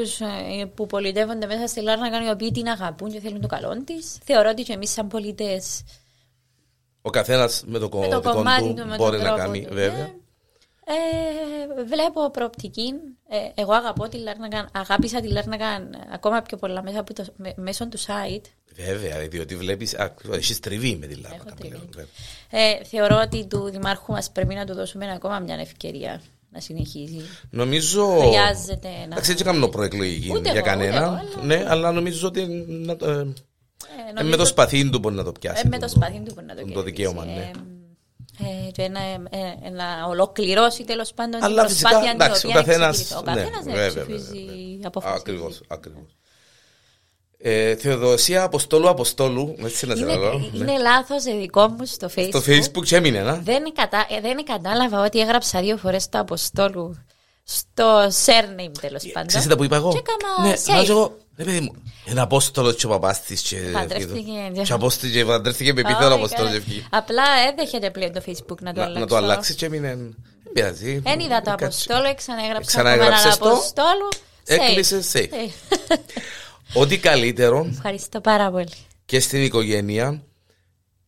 [SPEAKER 2] που πολιτεύονται μέσα στη Λάρνακα οι οποίοι την αγαπούν και θέλουν το καλό της. Θεωρώ ότι και εμείς, σαν πολίτες,
[SPEAKER 1] Ο καθένας με το,
[SPEAKER 2] με
[SPEAKER 1] κο-
[SPEAKER 2] το
[SPEAKER 1] δικό
[SPEAKER 2] κομμάτι
[SPEAKER 1] του
[SPEAKER 2] του, με
[SPEAKER 1] μπορεί να
[SPEAKER 2] τον τρόπο
[SPEAKER 1] κάνει,
[SPEAKER 2] του,
[SPEAKER 1] βέβαια.
[SPEAKER 2] ναι. Ε, βλέπω προοπτική. Ε, εγώ αγαπώ τη Λάρναγκαν. Αγάπησα τη Λάρναγκαν ακόμα πιο πολλά μέσα από το, με- μέσω του site.
[SPEAKER 1] Βέβαια, διότι βλέπεις. Έχεις τριβή με τη λάβα.
[SPEAKER 2] Έχω τριβή. Ε, θεωρώ ότι του Δημάρχου μας πρέπει να του δώσουμε ακόμα μια ευκαιρία να συνεχίζει.
[SPEAKER 1] Νομίζω.
[SPEAKER 2] Χρειάζεται να.
[SPEAKER 1] Εντάξει, δεν κάνω προεκλογική
[SPEAKER 2] Ούτε
[SPEAKER 1] για
[SPEAKER 2] εγώ,
[SPEAKER 1] κανένα.
[SPEAKER 2] ούτε εγώ, αλλά-
[SPEAKER 1] Ναι, αλλά νομίζω ότι. να το- ε, ε,
[SPEAKER 2] Ε, νομίζω
[SPEAKER 1] Με το σπαθί του μπορεί να το πιάσει.
[SPEAKER 2] Ε, με το σπαθί του μπορεί να το
[SPEAKER 1] Το
[SPEAKER 2] κερδίσει.
[SPEAKER 1] δικαίωμα,
[SPEAKER 2] Ε,
[SPEAKER 1] ναι.
[SPEAKER 2] ε, και να, ε, ε, να ολοκληρώσει τέλος πάντων
[SPEAKER 1] Αλλά
[SPEAKER 2] την
[SPEAKER 1] φυσικά,
[SPEAKER 2] προσπάθεια την
[SPEAKER 1] εντάξει,
[SPEAKER 2] οποία
[SPEAKER 1] ο καθένας-
[SPEAKER 2] εξεκίνησε. Ο
[SPEAKER 1] ναι,
[SPEAKER 2] καθένας να
[SPEAKER 1] βέβαια,
[SPEAKER 2] ψηφίζει αποφασίζει.
[SPEAKER 1] Ακριβώς, ακριβώς. Ε, Θεοδοσία Αποστόλου Αποστόλου, έτσι να σε
[SPEAKER 2] Είναι, ε,
[SPEAKER 1] λέω.
[SPEAKER 2] είναι λάθος ε, δικό μου στο Facebook.
[SPEAKER 1] ναι. Στο Facebook και έμεινε, να.
[SPEAKER 2] Δεν, κατα... ε, δεν κατάλαβα ότι έγραψα δύο φορές το Αποστόλου στο surname τέλος
[SPEAKER 1] Ε, Ξέρεις
[SPEAKER 2] πάντων.
[SPEAKER 1] τα που είπα εγώ.
[SPEAKER 2] Και έκανα
[SPEAKER 1] Ναι, να
[SPEAKER 2] save.
[SPEAKER 1] και εγώ. Ρε παιδί μου, ένα απόστολος και ο παπάς της και...
[SPEAKER 2] Παντρεύτηκε.
[SPEAKER 1] Και απόστηκε, και παντρεύτηκε με
[SPEAKER 2] Oh my
[SPEAKER 1] επίθετο
[SPEAKER 2] God.
[SPEAKER 1] απόστολο και έφυγε.
[SPEAKER 2] Απλά έδεχεται πλέον το Facebook να το
[SPEAKER 1] Να-
[SPEAKER 2] αλλάξει.
[SPEAKER 1] Να το αλλάξει και έμεινε... Δεν πειράζει.
[SPEAKER 2] Δεν είδα το
[SPEAKER 1] Κάτσε.
[SPEAKER 2] Αποστόλου, ξαναέγραψα ακόμα
[SPEAKER 1] Ξαναέγραψες
[SPEAKER 2] έναν
[SPEAKER 1] το.
[SPEAKER 2] Αποστόλου. Save.
[SPEAKER 1] Έκλεισες save.
[SPEAKER 2] Save.
[SPEAKER 1] Ό,τι καλύτερο
[SPEAKER 2] Ευχαριστώ πάρα πολύ.
[SPEAKER 1] και στην οικογένεια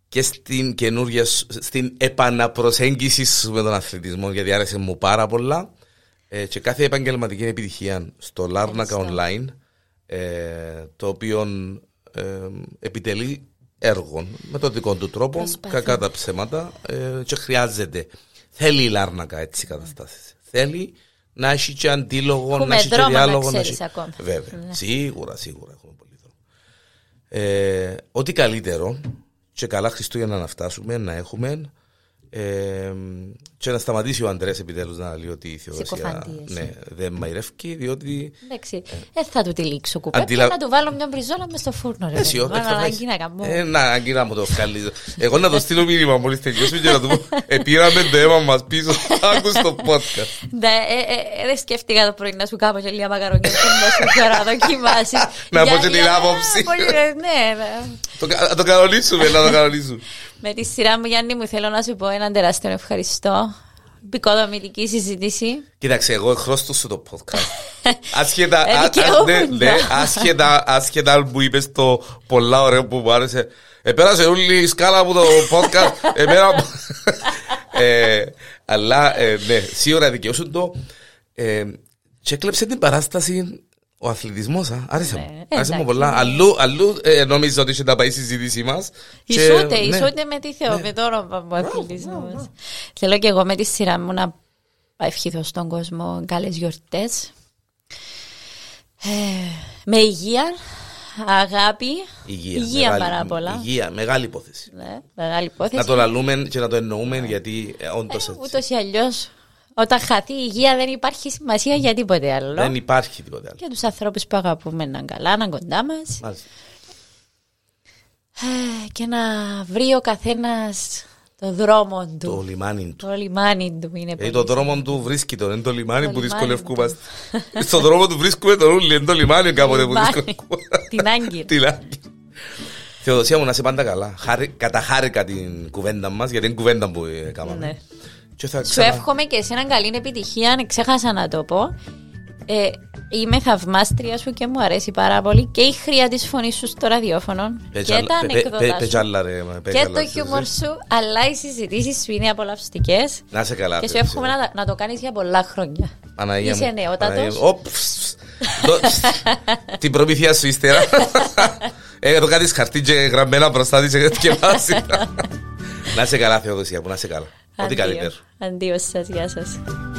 [SPEAKER 1] και στην καινούργια, σου- στην επαναπροσέγγιση σου με τον αθλητισμό, γιατί άρεσε μου πάρα πολλά. Ε, και κάθε επαγγελματική επιτυχία στο Λάρνακα Online, ε, το οποίο ε, επιτελεί έργων με τον δικό του τρόπο,
[SPEAKER 2] Προσπαθεί.
[SPEAKER 1] κακά τα ψέματα, ε, και χρειάζεται. Θέλει η Λάρνακα έτσι καταστάσεις. Θέλει να έχει και αντίλογο,
[SPEAKER 2] Έχουμε
[SPEAKER 1] να έχει και
[SPEAKER 2] δρόμο να
[SPEAKER 1] διάλογο.
[SPEAKER 2] ξέρεις
[SPEAKER 1] έχει-
[SPEAKER 2] ακόμα. Ναι.
[SPEAKER 1] Βέβαια, σίγουρα, σίγουρα έχουμε πολύ δρόμο. Ε, ό,τι καλύτερο και καλά Χριστούγεννα να φτάσουμε, να έχουμε ε, και να σταματήσει ο Αντρέας επιτέλους να λέει ότι η Θεοδοσία
[SPEAKER 2] Συκοφαντίες.
[SPEAKER 1] ναι, δεν μαϊρεύει διότι
[SPEAKER 2] Εντάξει, δεν θα του τυλίξω κουπέ.
[SPEAKER 1] Ε. Αντιλα-
[SPEAKER 2] Να του βάλω μια μπριζόλα μες στο φούρνο. ρε
[SPEAKER 1] εσύ
[SPEAKER 2] παιδί μου.
[SPEAKER 1] όταν
[SPEAKER 2] Βάλω
[SPEAKER 1] θα
[SPEAKER 2] Ε, ανάγκη να κάνω.
[SPEAKER 1] Ε, να, αγκή να μου το βγάλεις. Εγώ να το στείλω μήνυμα μόλις τελειώσουμε και να του πω «Ε, πήραμε το αίμα μας πίσω, άκου στο podcast.
[SPEAKER 2] Ναι, ε, ε, ε, δεν σκέφτηκα το πρωί να σου κάνω και λίγα μαγαρονιά και να σου φέρω να δοκιμάσεις.
[SPEAKER 1] Να πω και την άποψη.
[SPEAKER 2] Ναι, ναι.
[SPEAKER 1] Το, κα- να το κανονίσουμε, να το κανονίσουμε.
[SPEAKER 2] Με τη σειρά μου, Γιάννη, μου θέλω να σου πω έναν τεράστιο ευχαριστώ. Επικοδομητική συζήτηση.
[SPEAKER 1] Κοίταξε, εγώ χρωστούσα το podcast. Άσχετα,
[SPEAKER 2] Ε,
[SPEAKER 1] α- α-
[SPEAKER 2] δικαιούμουν
[SPEAKER 1] ναι, ναι,
[SPEAKER 2] το.
[SPEAKER 1] άσχετα, άσχετα αν μου είπες το πολλά ωραίο που μου άρεσε. Επέρασε όλη η σκάλα από το podcast. Εμένα... ε, αλλά ε, ναι, σίγουρα δικαιώσουν το. Ε, και έκλεψε την παράσταση ο αθλητισμός. Α. Άρεσε
[SPEAKER 2] Ναι,
[SPEAKER 1] μου. Άρεσε
[SPEAKER 2] εντάξει.
[SPEAKER 1] μου πολλά. Αλλού, αλλού ε, νόμιζα ότι είχε να πάει η συζήτησή μας. Και,
[SPEAKER 2] Ισούται,
[SPEAKER 1] ναι.
[SPEAKER 2] ισούται με τη Θεό, με το όνομα μου αθλητισμό. Θέλω και εγώ με τη σειρά μου να ευχηθώ στον κόσμο καλές γιορτές. Ε, με υγεία, αγάπη,
[SPEAKER 1] Υγεία.
[SPEAKER 2] Υγεία πάρα πολλά.
[SPEAKER 1] Υγεία, μεγάλη υπόθεση.
[SPEAKER 2] ναι, μεγάλη υπόθεση.
[SPEAKER 1] Να το λαλούμε και να το εννοούμε γιατί ε, όντως
[SPEAKER 2] Ε,
[SPEAKER 1] έτσι.
[SPEAKER 2] ούτως ή αλλιώς, όταν χαθεί η υγεία δεν υπάρχει σημασία για τίποτε άλλο.
[SPEAKER 1] Δεν υπάρχει τίποτα άλλο.
[SPEAKER 2] Και τους ανθρώπους που αγαπούμε να είναι καλά, να είναι κοντά μας.
[SPEAKER 1] Μάλιστα.
[SPEAKER 2] Ε, και να βρει ο καθένας το δρόμο του.
[SPEAKER 1] Το λιμάνι του.
[SPEAKER 2] Το λιμάνι του είναι
[SPEAKER 1] Δηλαδή
[SPEAKER 2] πολύ.
[SPEAKER 1] το δρόμο του βρίσκει τον, είναι το λιμάνι
[SPEAKER 2] Το
[SPEAKER 1] που
[SPEAKER 2] λιμάνι
[SPEAKER 1] δυσκολευκούμαστε. Στο δρόμο του βρίσκουμε τον ούλι, είναι το λιμάνι κάποτε που
[SPEAKER 2] Λιμάνι.
[SPEAKER 1] δυσκολευκούμαστε.
[SPEAKER 2] Την Άγκυρα.
[SPEAKER 1] Την Άγκυρα. Θεοδοσία μου, να είσαι πάντα καλά. Χάρη- Καταχάρηκα την κουβέντα μας, γιατί είναι κουβέντα που ε,
[SPEAKER 2] Ναι.
[SPEAKER 1] έκαναμε. Και θα
[SPEAKER 2] Σου
[SPEAKER 1] ξανα-
[SPEAKER 2] εύχομαι και εσένα καλή επιτυχία, αν ξέχασα να το πω. Ε, είμαι θαυμάστρια σου και μου αρέσει πάρα πολύ και η χρειά της φωνής σου στο ραδιόφωνο και
[SPEAKER 1] Πετζάλα-
[SPEAKER 2] τα
[SPEAKER 1] πε- πε- πε-
[SPEAKER 2] ανεκδότα σου
[SPEAKER 1] πετζάλα, ρε, μα,
[SPEAKER 2] και
[SPEAKER 1] πετζάλα,
[SPEAKER 2] το
[SPEAKER 1] Θεοδοσία.
[SPEAKER 2] χιούμορ σου, αλλά οι συζητήσεις σου είναι απολαυστικές.
[SPEAKER 1] Να είσαι καλά.
[SPEAKER 2] Και σου
[SPEAKER 1] Θεοδοσία.
[SPEAKER 2] εύχομαι να, τα- να το κάνεις για πολλά χρόνια.
[SPEAKER 1] Παναγία
[SPEAKER 2] Είσαι
[SPEAKER 1] μου. Παναγία
[SPEAKER 2] νεότατο.
[SPEAKER 1] μου. Ωπ, ψ, το- Την προμήθεια σου ύστερα. Ε, Εδώ κάτι χαρτί και γραμμένα μπροστά της και διαβάζει. Να είσαι καλά, Θεοδοσία μου, να είσαι καλά. Ό,τι καλύτερο.
[SPEAKER 2] Αντίο σα, γεια σα.